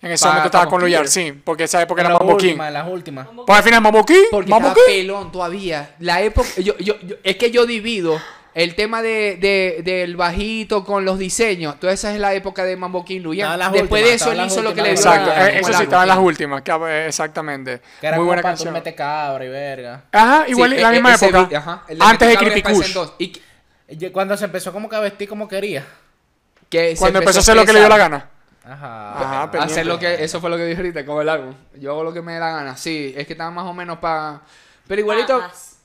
[SPEAKER 1] En ese
[SPEAKER 2] Ah,
[SPEAKER 1] momento estaba
[SPEAKER 2] estamos
[SPEAKER 1] con Luyan,
[SPEAKER 2] clear.
[SPEAKER 1] sí. Porque esa época
[SPEAKER 3] En
[SPEAKER 1] era
[SPEAKER 3] las
[SPEAKER 1] Mambo King.
[SPEAKER 3] últimas, en las últimas.
[SPEAKER 1] Pues al final Mambo King,
[SPEAKER 2] Porque
[SPEAKER 1] Mambo
[SPEAKER 2] estaba
[SPEAKER 1] King.
[SPEAKER 2] pelón todavía. La época. Yo, yo, yo- es que yo divido el tema de, de- del bajito con los diseños. Toda esa es la época de Mambo King Luyan.
[SPEAKER 3] Estaban las
[SPEAKER 2] Después de
[SPEAKER 3] últimas,
[SPEAKER 2] eso, él
[SPEAKER 3] estaban
[SPEAKER 2] hizo
[SPEAKER 3] las
[SPEAKER 2] lo que le dio
[SPEAKER 1] Exacto,
[SPEAKER 2] la-
[SPEAKER 1] eh,
[SPEAKER 2] como
[SPEAKER 1] eso
[SPEAKER 2] la
[SPEAKER 1] sí, estaban las
[SPEAKER 2] rutina.
[SPEAKER 1] últimas, que, eh, exactamente.
[SPEAKER 3] Que era
[SPEAKER 1] Muy
[SPEAKER 3] como
[SPEAKER 1] buena
[SPEAKER 3] para
[SPEAKER 1] canción.
[SPEAKER 3] tú mete cabra y verga.
[SPEAKER 1] Ajá, igual
[SPEAKER 2] Sí,
[SPEAKER 1] la
[SPEAKER 2] eh,
[SPEAKER 1] misma
[SPEAKER 2] ese
[SPEAKER 1] época.
[SPEAKER 2] vi- ajá, el
[SPEAKER 1] Antes de
[SPEAKER 2] Mete
[SPEAKER 1] Creepy
[SPEAKER 2] Cabra es para ese
[SPEAKER 1] Kush.
[SPEAKER 2] entonces. Y que-
[SPEAKER 3] Y Cuando se empezó como que a vestir como quería.
[SPEAKER 2] que se
[SPEAKER 1] Cuando empezó a hacer lo que le Ah, dio la
[SPEAKER 2] expresar.
[SPEAKER 1] gana.
[SPEAKER 3] Ajá.
[SPEAKER 1] Ajá,
[SPEAKER 2] hacer
[SPEAKER 1] pendiente.
[SPEAKER 2] lo que eso fue lo que dije ahorita como el álbum yo hago lo que me dé la gana sí es que estaba más o menos para pero igualito
[SPEAKER 4] Papas.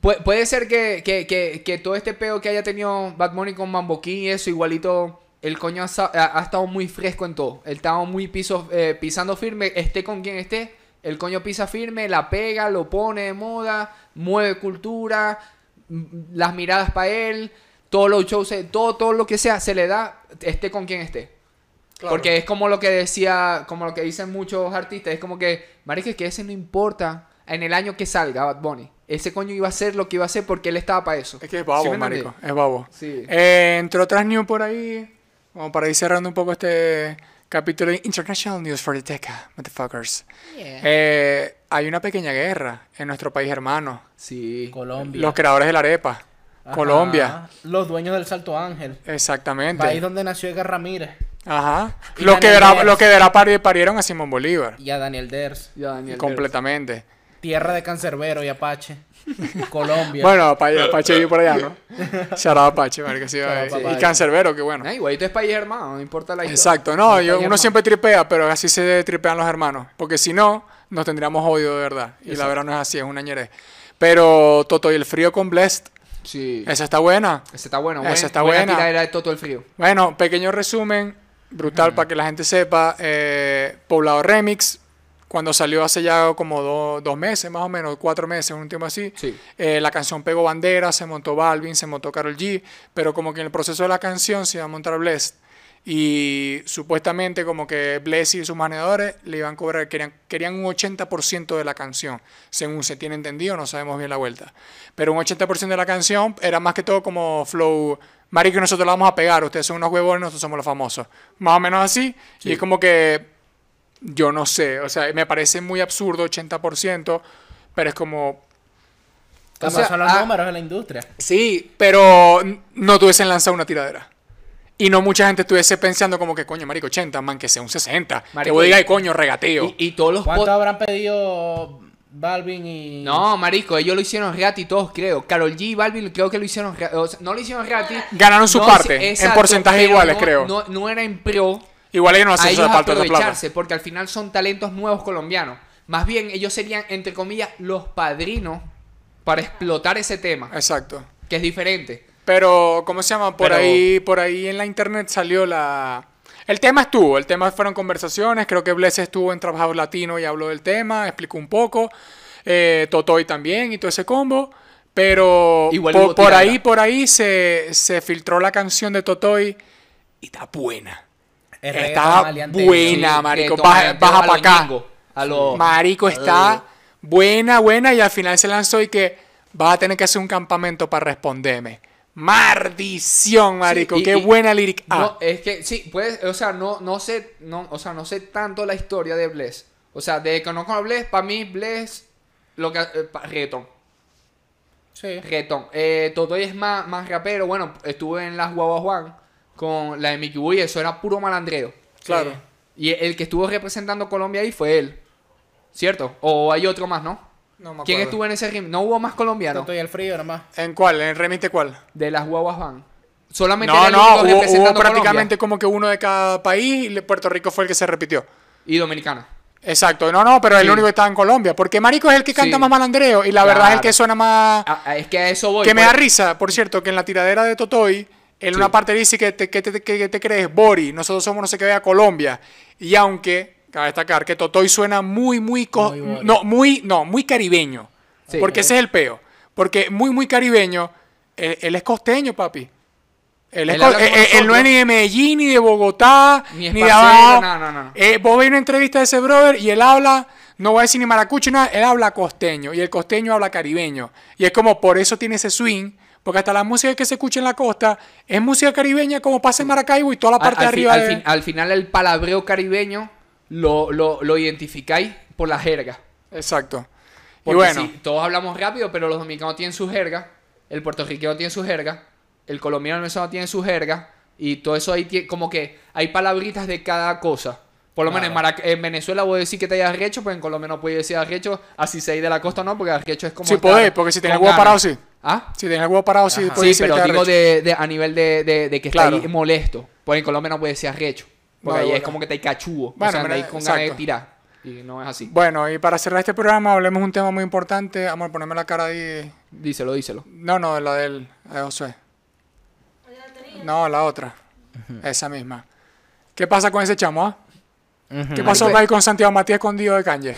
[SPEAKER 2] pu- puede ser que, que, que, que todo este peo que haya tenido Bad Bunny con Mambo King y eso igualito el coño ha, sa- ha- ha estado muy fresco en todo él estaba muy piso eh, pisando firme esté con quien esté el coño pisa firme la pega lo pone de moda mueve cultura m- las miradas para él todos los shows eh, todo todo lo que sea se le da esté con quien esté porque es como lo que decía, como lo que dicen muchos artistas, es como que, marico, es que ese no importa en el año que salga Bad Bunny. Ese coño iba a ser lo que iba a ser porque él estaba para eso.
[SPEAKER 1] Es que es
[SPEAKER 2] ¿Sí
[SPEAKER 1] babo,
[SPEAKER 2] me entendés?
[SPEAKER 1] marico. Es babo.
[SPEAKER 2] Sí.
[SPEAKER 1] Eh, entre otras news por ahí, como para ir cerrando un poco este capítulo de International News for the Teca, motherfuckers. Eh, hay una pequeña guerra en nuestro país hermano.
[SPEAKER 2] Sí.
[SPEAKER 3] Colombia.
[SPEAKER 1] Los creadores de la arepa.
[SPEAKER 3] Ajá.
[SPEAKER 1] Colombia.
[SPEAKER 3] Los dueños del Salto Ángel.
[SPEAKER 1] Exactamente.
[SPEAKER 3] País donde nació Edgar Ramírez.
[SPEAKER 1] Ajá.
[SPEAKER 3] Y
[SPEAKER 1] Los que,
[SPEAKER 3] Daniel
[SPEAKER 1] dera-
[SPEAKER 3] Díaz.
[SPEAKER 1] los que dera pari- parieron a Simón Bolívar.
[SPEAKER 3] Y a Daniel Ders.
[SPEAKER 2] Ya, Daniel.
[SPEAKER 1] Completamente.
[SPEAKER 3] Tierra de Cancerbero
[SPEAKER 1] <laughs>
[SPEAKER 3] y Apache. Colombia.
[SPEAKER 1] Bueno, Apache, Apache vive por allá,
[SPEAKER 3] <laughs>
[SPEAKER 1] ¿no? Charada Apache, marico. Sí,
[SPEAKER 3] Shout out
[SPEAKER 1] sí. y
[SPEAKER 2] Apache.
[SPEAKER 1] Cancerbero, que bueno.
[SPEAKER 2] Ah, igualito es país hermano, no importa la historia.
[SPEAKER 1] Exacto, no,
[SPEAKER 2] Es
[SPEAKER 1] yo,
[SPEAKER 2] país
[SPEAKER 1] uno
[SPEAKER 2] hermano.
[SPEAKER 1] siempre tripea, pero así se tripean los hermanos, porque si no, nos tendríamos odio de verdad. Y la verdad no es así, es una ñerez. Pero Toto y el frío con Blessed,
[SPEAKER 2] Sí.
[SPEAKER 1] esa está buena.
[SPEAKER 2] Ese está bueno,
[SPEAKER 1] Ese
[SPEAKER 2] buen-
[SPEAKER 1] está
[SPEAKER 2] buena.
[SPEAKER 1] buena.
[SPEAKER 2] tiradera de Toto el Frío.
[SPEAKER 1] Bueno, pequeño resumen, brutal para que la gente sepa. eh, Poblado Remix, Cuando salió hace ya como do- dos meses, más o menos, cuatro meses, un tiempo así.
[SPEAKER 2] Sí.
[SPEAKER 1] Eh, la canción pegó bandera, se montó Balvin, se montó Carol G, pero como que en el proceso de la canción se iba a montar Blessed. Y supuestamente como que Blessed y sus manejadores le iban a cobrar, querían, querían un 80% de la canción, según se tiene entendido, no sabemos bien la vuelta. Pero un 80% de la canción era más que todo como flow, marico, nosotros la vamos a pegar, ustedes son unos huevones, nosotros somos los famosos. Más o menos así, y es como que yo no sé, o sea, me parece muy absurdo 80%, pero es como,
[SPEAKER 3] Como
[SPEAKER 2] sea,
[SPEAKER 3] son los
[SPEAKER 2] ah-
[SPEAKER 3] números de la industria.
[SPEAKER 1] Sí, pero n- no tuviesen lanzado una tiradera. Y no mucha gente estuviese pensando como que, coño, marico, 80, man, que sea un 60. que
[SPEAKER 2] Marico,
[SPEAKER 1] vos
[SPEAKER 2] y-
[SPEAKER 1] digas, coño, regateo.
[SPEAKER 2] Y, y todos los
[SPEAKER 3] ¿Cuánto
[SPEAKER 2] pod-
[SPEAKER 3] habrán pedido Balvin y.
[SPEAKER 2] No, marico, ellos lo hicieron gratis todos, creo. Carol G y Balvin creo que lo hicieron gratis. O sea, no lo hicieron gratis.
[SPEAKER 1] Ganaron su
[SPEAKER 2] No,
[SPEAKER 1] parte,
[SPEAKER 2] sí,
[SPEAKER 1] en
[SPEAKER 2] exacto,
[SPEAKER 1] porcentaje
[SPEAKER 2] pero
[SPEAKER 1] iguales,
[SPEAKER 2] no-
[SPEAKER 1] creo.
[SPEAKER 2] No, no era en pro
[SPEAKER 1] Igual ellos no hacen
[SPEAKER 2] a
[SPEAKER 1] eso
[SPEAKER 2] ellos
[SPEAKER 1] de falta de plata.
[SPEAKER 2] aprovecharse, porque al final son talentos nuevos colombianos. Más bien, ellos serían, entre comillas, los padrinos para explotar ese tema,
[SPEAKER 1] Exacto.
[SPEAKER 2] que es diferente.
[SPEAKER 1] Pero, ¿cómo se llama? Por
[SPEAKER 3] Pero-
[SPEAKER 1] ahí, por ahí en la internet salió la. El tema estuvo, el tema fueron conversaciones, creo que Bless estuvo en Trabajados Latino y habló del tema, explicó un poco, eh, Totoy también y todo ese combo, pero
[SPEAKER 2] Igual
[SPEAKER 1] po-
[SPEAKER 2] hubo
[SPEAKER 1] por
[SPEAKER 2] tirada.
[SPEAKER 1] ahí, por ahí se, se filtró la canción de Totoy y está buena.
[SPEAKER 3] Es reggaetón
[SPEAKER 1] Está
[SPEAKER 3] maleantero.
[SPEAKER 1] buena. Nah,
[SPEAKER 2] que
[SPEAKER 1] marico,
[SPEAKER 2] toma
[SPEAKER 1] baja-
[SPEAKER 2] el
[SPEAKER 1] baja
[SPEAKER 2] dedo
[SPEAKER 1] pa'
[SPEAKER 2] a los
[SPEAKER 1] acá.
[SPEAKER 2] ñengos, A los...
[SPEAKER 1] Marico está buena, buena y al final se lanzó y que vas a tener que hacer un campamento para responderme. Maldición, marico,
[SPEAKER 2] y-
[SPEAKER 1] qué
[SPEAKER 2] y-
[SPEAKER 1] buena lyric. Ah.
[SPEAKER 2] No, es que sí, pues, o sea, no, no sé, no, o sea, no sé tanto la historia de Bless. O sea, de que conozco a Bless, para mí Bless, lo que, eh, pa- reggaetón,
[SPEAKER 3] Sí.
[SPEAKER 2] reggaetón. Eh, Totoy es más, más rapero, bueno, estuve en las Guagua Juan con la de Mickey Boy, eso era puro malandreo.
[SPEAKER 1] Claro.
[SPEAKER 3] Sí.
[SPEAKER 2] Y el- el que estuvo representando a Colombia ahí fue él, ¿cierto? O hay otro más, ¿no?
[SPEAKER 1] No me
[SPEAKER 2] ¿Quién
[SPEAKER 1] acuerdo.
[SPEAKER 2] estuvo en ese rim? No hubo más colombianos
[SPEAKER 3] Estoy al frío nomás.
[SPEAKER 1] ¿En cuál? ¿En el remite cuál?
[SPEAKER 2] de las Guaguas Juan. Solamente era
[SPEAKER 1] No,
[SPEAKER 2] el
[SPEAKER 1] no,
[SPEAKER 2] único
[SPEAKER 1] hubo,
[SPEAKER 2] representando
[SPEAKER 1] hubo
[SPEAKER 2] a Colombia
[SPEAKER 1] prácticamente como que uno de cada país y le- Puerto Rico fue el que se repitió.
[SPEAKER 2] y Dominicana.
[SPEAKER 1] Exacto, no, no, pero el
[SPEAKER 2] Sí.
[SPEAKER 1] único que estaba en Colombia. Porque Marico es el que canta
[SPEAKER 2] Sí.
[SPEAKER 1] más malandreo y la verdad es el
[SPEAKER 2] Claro.
[SPEAKER 1] que suena más...
[SPEAKER 2] Ah, ah, es que a eso voy.
[SPEAKER 1] que me
[SPEAKER 2] pues.
[SPEAKER 1] da risa, por cierto, que en la tiradera de Totoy, en
[SPEAKER 2] Sí.
[SPEAKER 1] una parte dice que te, que te, que- que te crees Bori, nosotros somos no sé qué de Colombia. Y aunque, cabe destacar, que Totoy suena muy, muy... co-
[SPEAKER 3] Muy Bori.
[SPEAKER 1] no, muy, no, muy caribeño.
[SPEAKER 2] Sí.
[SPEAKER 1] porque ese es el peo. Porque muy, muy caribeño, él, él es costeño, papi. Él, es
[SPEAKER 2] Él
[SPEAKER 1] co-
[SPEAKER 2] habla como
[SPEAKER 1] eh, eh, él no es
[SPEAKER 2] nosotros.
[SPEAKER 1] ni de Medellín, ni de Bogotá,
[SPEAKER 2] Ni
[SPEAKER 1] ni,
[SPEAKER 2] es
[SPEAKER 1] de
[SPEAKER 2] parcero,
[SPEAKER 1] abajo.
[SPEAKER 2] no, no, no.
[SPEAKER 1] Eh, vos veis una entrevista de ese brother y él habla, no voy a decir ni maracucho, nada, él habla costeño y el costeño habla caribeño. Y es como por eso tiene ese swing, porque hasta la música que se escucha en la costa es música caribeña como pasa en Maracaibo y toda la
[SPEAKER 2] Al-
[SPEAKER 1] parte
[SPEAKER 2] al,
[SPEAKER 1] de
[SPEAKER 2] fin-
[SPEAKER 1] arriba.
[SPEAKER 2] al
[SPEAKER 1] de-
[SPEAKER 2] fin- al final el palabreo caribeño lo, lo, lo identificáis por la jerga.
[SPEAKER 1] Exacto.
[SPEAKER 2] Porque
[SPEAKER 1] y bueno,
[SPEAKER 2] sí, todos hablamos rápido, pero los dominicanos tienen su jerga, el puertorriqueño tiene su jerga, el colombiano y el venezolano tiene su jerga, y todo eso ahí tie- como que hay palabritas de cada cosa. Por lo menos en, Marac- en Venezuela voy a decir que te hayas arrecho, pues en Colombia no puedes decir arrecho, así seis de la costa no, porque arrecho es como...
[SPEAKER 1] Sí
[SPEAKER 2] estar
[SPEAKER 1] podés, porque si tenés
[SPEAKER 2] con
[SPEAKER 1] huevo
[SPEAKER 2] ganas.
[SPEAKER 1] parado, sí.
[SPEAKER 2] ¿Ah?
[SPEAKER 1] si tenés el huevo parado, sí,
[SPEAKER 2] Sí,
[SPEAKER 1] puedes
[SPEAKER 2] pero
[SPEAKER 1] irte
[SPEAKER 2] digo
[SPEAKER 1] arrecho.
[SPEAKER 2] de, de- a nivel de, de- de que está
[SPEAKER 1] Claro.
[SPEAKER 2] ahí molesto. Porque en Colombia no puede ser arrecho. Porque
[SPEAKER 1] No,
[SPEAKER 2] ahí es
[SPEAKER 1] bueno.
[SPEAKER 2] como que te hay cachugo.
[SPEAKER 1] Bueno,
[SPEAKER 2] o sea, anda
[SPEAKER 1] pero-
[SPEAKER 2] ahí con ganas de
[SPEAKER 1] exacto.
[SPEAKER 2] tirar. Y no es así.
[SPEAKER 1] Bueno, y para cerrar este programa, hablemos de un tema muy importante. Amor, poneme la cara ahí.
[SPEAKER 2] Díselo, díselo.
[SPEAKER 1] No, no, la del de Josué.
[SPEAKER 4] Ya lo tenía.
[SPEAKER 1] No, la otra. Esa misma. ¿Qué pasa con ese chamo? ah? ¿Qué
[SPEAKER 3] Ujú.
[SPEAKER 1] pasó
[SPEAKER 2] Marico,
[SPEAKER 1] ahí con Santiago Matías escondido de Kanye?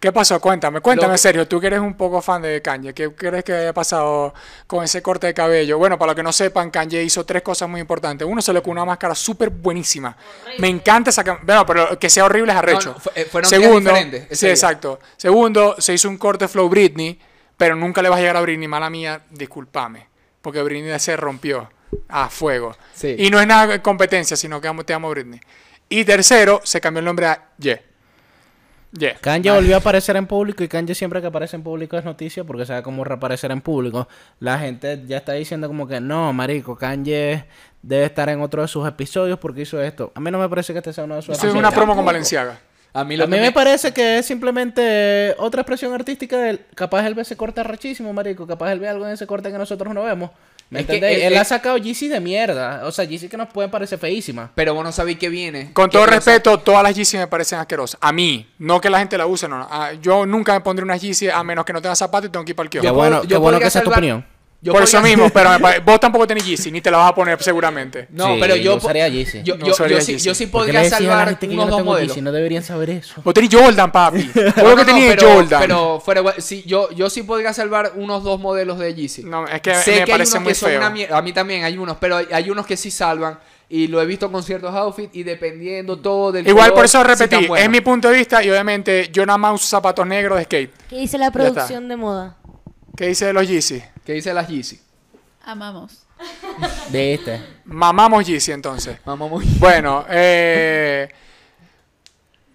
[SPEAKER 1] ¿Qué pasó? Cuéntame, cuéntame
[SPEAKER 2] Lo-
[SPEAKER 1] en serio. Tú que eres un poco fan de Kanye, ¿qué crees que haya pasado con ese corte de cabello? Bueno, para los que no sepan, Kanye hizo tres cosas muy importantes. Uno, se le colocó una máscara súper buenísima. Me encanta esa cam- Bueno, pero que sea horrible es arrecho.
[SPEAKER 2] No, no, fue- eh, fueron días
[SPEAKER 1] Segundo,
[SPEAKER 2] diferentes ese
[SPEAKER 1] sí,
[SPEAKER 2] día.
[SPEAKER 1] exacto. Segundo, se hizo un corte flow Britney, pero nunca le vas a llegar a Britney, mala mía, discúlpame. Porque Britney se rompió a fuego.
[SPEAKER 2] Sí.
[SPEAKER 1] Y no es nada de competencia, sino que amo, te amo Britney. Y tercero, se cambió el nombre a Ye. Ye.
[SPEAKER 3] Kanye volvió a aparecer en público y Kanye siempre que aparece en público es noticia porque sabe cómo reaparecer en público. La gente ya está diciendo como que no, marico, Kanye debe estar en otro de sus episodios porque hizo esto. A mí no me parece que este sea uno de sus
[SPEAKER 1] Eso es
[SPEAKER 3] episodios.
[SPEAKER 1] una promo con Valenciaga.
[SPEAKER 2] A mí
[SPEAKER 3] A
[SPEAKER 2] lo
[SPEAKER 3] mí
[SPEAKER 2] que
[SPEAKER 3] me parece que es simplemente otra expresión artística del capaz él ve ese corte rachísimo, marico, capaz él ve algo en ese corte que nosotros no vemos. ¿Me
[SPEAKER 2] Es que
[SPEAKER 3] entendéis?
[SPEAKER 2] él-
[SPEAKER 3] Él, ha
[SPEAKER 2] él-
[SPEAKER 3] sacado Yeezy de mierda, o sea, Yeezy que nos pueden parecer feísimas.
[SPEAKER 2] Pero vos no sabéis que viene.
[SPEAKER 1] Con
[SPEAKER 2] ¿Qué
[SPEAKER 1] todo
[SPEAKER 2] cosa?
[SPEAKER 1] respeto, todas las Yeezy me parecen asquerosas. A mí, no que la gente la use, no. no. Ah, yo nunca me pondré unas Yeezy a menos que no tenga zapatos y tengo que ir para el
[SPEAKER 2] Yo
[SPEAKER 1] kiosco.
[SPEAKER 3] bueno-
[SPEAKER 2] pod-
[SPEAKER 3] qué
[SPEAKER 2] yo
[SPEAKER 3] bueno
[SPEAKER 2] podría
[SPEAKER 3] que esa es tu
[SPEAKER 2] salvar-
[SPEAKER 3] opinión.
[SPEAKER 2] Yo
[SPEAKER 1] Por eso
[SPEAKER 2] podía-
[SPEAKER 1] mismo, pero me pare- vos tampoco tenés Yeezy, ni te la vas a poner seguramente.
[SPEAKER 2] <laughs> No,
[SPEAKER 3] Sí,
[SPEAKER 2] pero yo.
[SPEAKER 3] yo
[SPEAKER 2] po-
[SPEAKER 3] usaría Yeezy.
[SPEAKER 2] Yo,
[SPEAKER 1] No
[SPEAKER 2] yo- yo
[SPEAKER 1] usaría
[SPEAKER 2] sí,
[SPEAKER 1] Yeezy.
[SPEAKER 2] yo sí
[SPEAKER 3] ¿Por qué le
[SPEAKER 2] podría
[SPEAKER 3] decían a la
[SPEAKER 2] salvar
[SPEAKER 3] gente que yo
[SPEAKER 2] unos
[SPEAKER 3] no
[SPEAKER 2] dos
[SPEAKER 3] tengo
[SPEAKER 2] modelos.
[SPEAKER 3] Yeezy? No deberían saber eso.
[SPEAKER 1] Vos tenés Jordan, papi. Vos
[SPEAKER 2] No,
[SPEAKER 1] lo que
[SPEAKER 2] no, no,
[SPEAKER 1] tenías es
[SPEAKER 2] pero,
[SPEAKER 1] Jordan.
[SPEAKER 2] Pero fuera, de hue- sí, yo, yo sí podría salvar unos dos modelos de Yeezy.
[SPEAKER 1] No, es que
[SPEAKER 2] sé
[SPEAKER 1] me
[SPEAKER 2] que hay
[SPEAKER 1] parece
[SPEAKER 2] unos
[SPEAKER 1] muy
[SPEAKER 2] que son
[SPEAKER 1] feo.
[SPEAKER 2] una mierda. A mí también hay unos, pero hay, hay unos que sí salvan. Y lo he visto con ciertos outfits y dependiendo todo del
[SPEAKER 1] Igual
[SPEAKER 2] color,
[SPEAKER 1] por eso
[SPEAKER 2] sí
[SPEAKER 1] repetí,
[SPEAKER 2] están buenos.
[SPEAKER 1] es mi punto de vista y obviamente yo nada más uso zapatos negros de skate.
[SPEAKER 5] ¿Qué dice la producción de moda?
[SPEAKER 1] ¿Qué dice de los Yeezy?
[SPEAKER 2] ¿Qué dice las Yeezy?
[SPEAKER 6] Amamos.
[SPEAKER 3] De este.
[SPEAKER 1] Mamamos Yeezy entonces.
[SPEAKER 2] Mamá muy... <laughs>
[SPEAKER 1] Bueno, eh,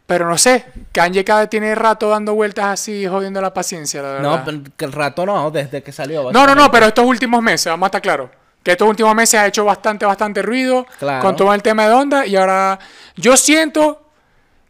[SPEAKER 1] pero no sé, Kanye cada tiene rato dando vueltas así, jodiendo la paciencia, la verdad.
[SPEAKER 3] No, pero que el rato no, desde que salió.
[SPEAKER 1] No, no, no,
[SPEAKER 3] básicamente.
[SPEAKER 1] pero estos últimos meses, vamos a estar claros. Que estos últimos meses ha hecho bastante, bastante ruido
[SPEAKER 3] Claro.
[SPEAKER 1] con todo el tema de onda. Y ahora yo siento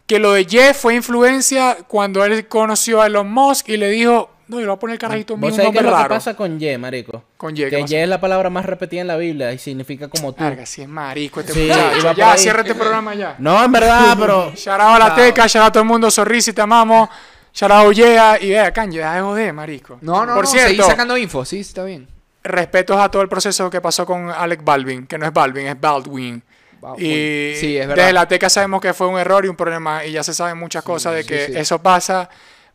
[SPEAKER 1] que lo de Jeff fue influencia cuando él conoció a Elon Musk y le dijo, no, yo le voy a poner el carajito mío,
[SPEAKER 3] ¿Vos
[SPEAKER 1] un
[SPEAKER 3] sabés qué es
[SPEAKER 1] nombre
[SPEAKER 3] lo que
[SPEAKER 1] raro.
[SPEAKER 3] pasa con Y, marico?
[SPEAKER 1] Con Y, ¿qué
[SPEAKER 3] Que
[SPEAKER 1] pasa?
[SPEAKER 3] Y es la palabra más repetida en la Biblia y significa como tú.
[SPEAKER 1] Verga, sí es marico este
[SPEAKER 3] Sí,
[SPEAKER 1] muchacho.
[SPEAKER 3] iba por
[SPEAKER 1] Ya,
[SPEAKER 3] ahí.
[SPEAKER 1] cierra este programa ya.
[SPEAKER 3] No, en verdad, pero...
[SPEAKER 1] Sharao la teca, sharao todo el mundo, sorrisi, te amamos. Sharao Yea y vea, Kanye, deja de joder, marico.
[SPEAKER 2] No, no,
[SPEAKER 1] Por
[SPEAKER 2] no, seguí
[SPEAKER 1] cierto,
[SPEAKER 2] sacando info. Sí, está bien.
[SPEAKER 1] respetos a todo el proceso que pasó con Alec Baldwin, que no es Baldwin, es Baldwin.
[SPEAKER 2] Va,
[SPEAKER 1] Y
[SPEAKER 2] sí, es verdad.
[SPEAKER 1] desde la teca sabemos que fue un error y un problema, y ya se saben muchas cosas de
[SPEAKER 2] sí,
[SPEAKER 1] que
[SPEAKER 2] sí.
[SPEAKER 1] eso pasa,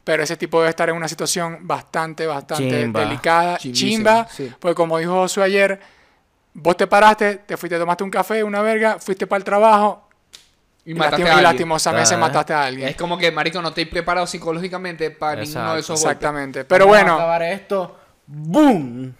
[SPEAKER 1] pero ese tipo debe estar en una situación bastante, bastante
[SPEAKER 3] Chimba.
[SPEAKER 1] delicada,
[SPEAKER 2] Chimbísima,
[SPEAKER 1] chimba,
[SPEAKER 2] sí.
[SPEAKER 1] porque como dijo Josué ayer, vos te paraste, te fuiste, tomaste un café, una verga, fuiste para el trabajo
[SPEAKER 2] Y
[SPEAKER 1] y, lastim-
[SPEAKER 2] mataste a
[SPEAKER 1] y
[SPEAKER 2] alguien. Ah.
[SPEAKER 1] lastimosamente
[SPEAKER 3] Claro.
[SPEAKER 1] mataste a alguien.
[SPEAKER 2] Es como que, marico, no te he preparado psicológicamente para ninguno de
[SPEAKER 3] Exacto.
[SPEAKER 2] esos golpes.
[SPEAKER 1] Exactamente, pero
[SPEAKER 3] Vamos a
[SPEAKER 1] bueno.
[SPEAKER 3] acabar esto. ¡Boom!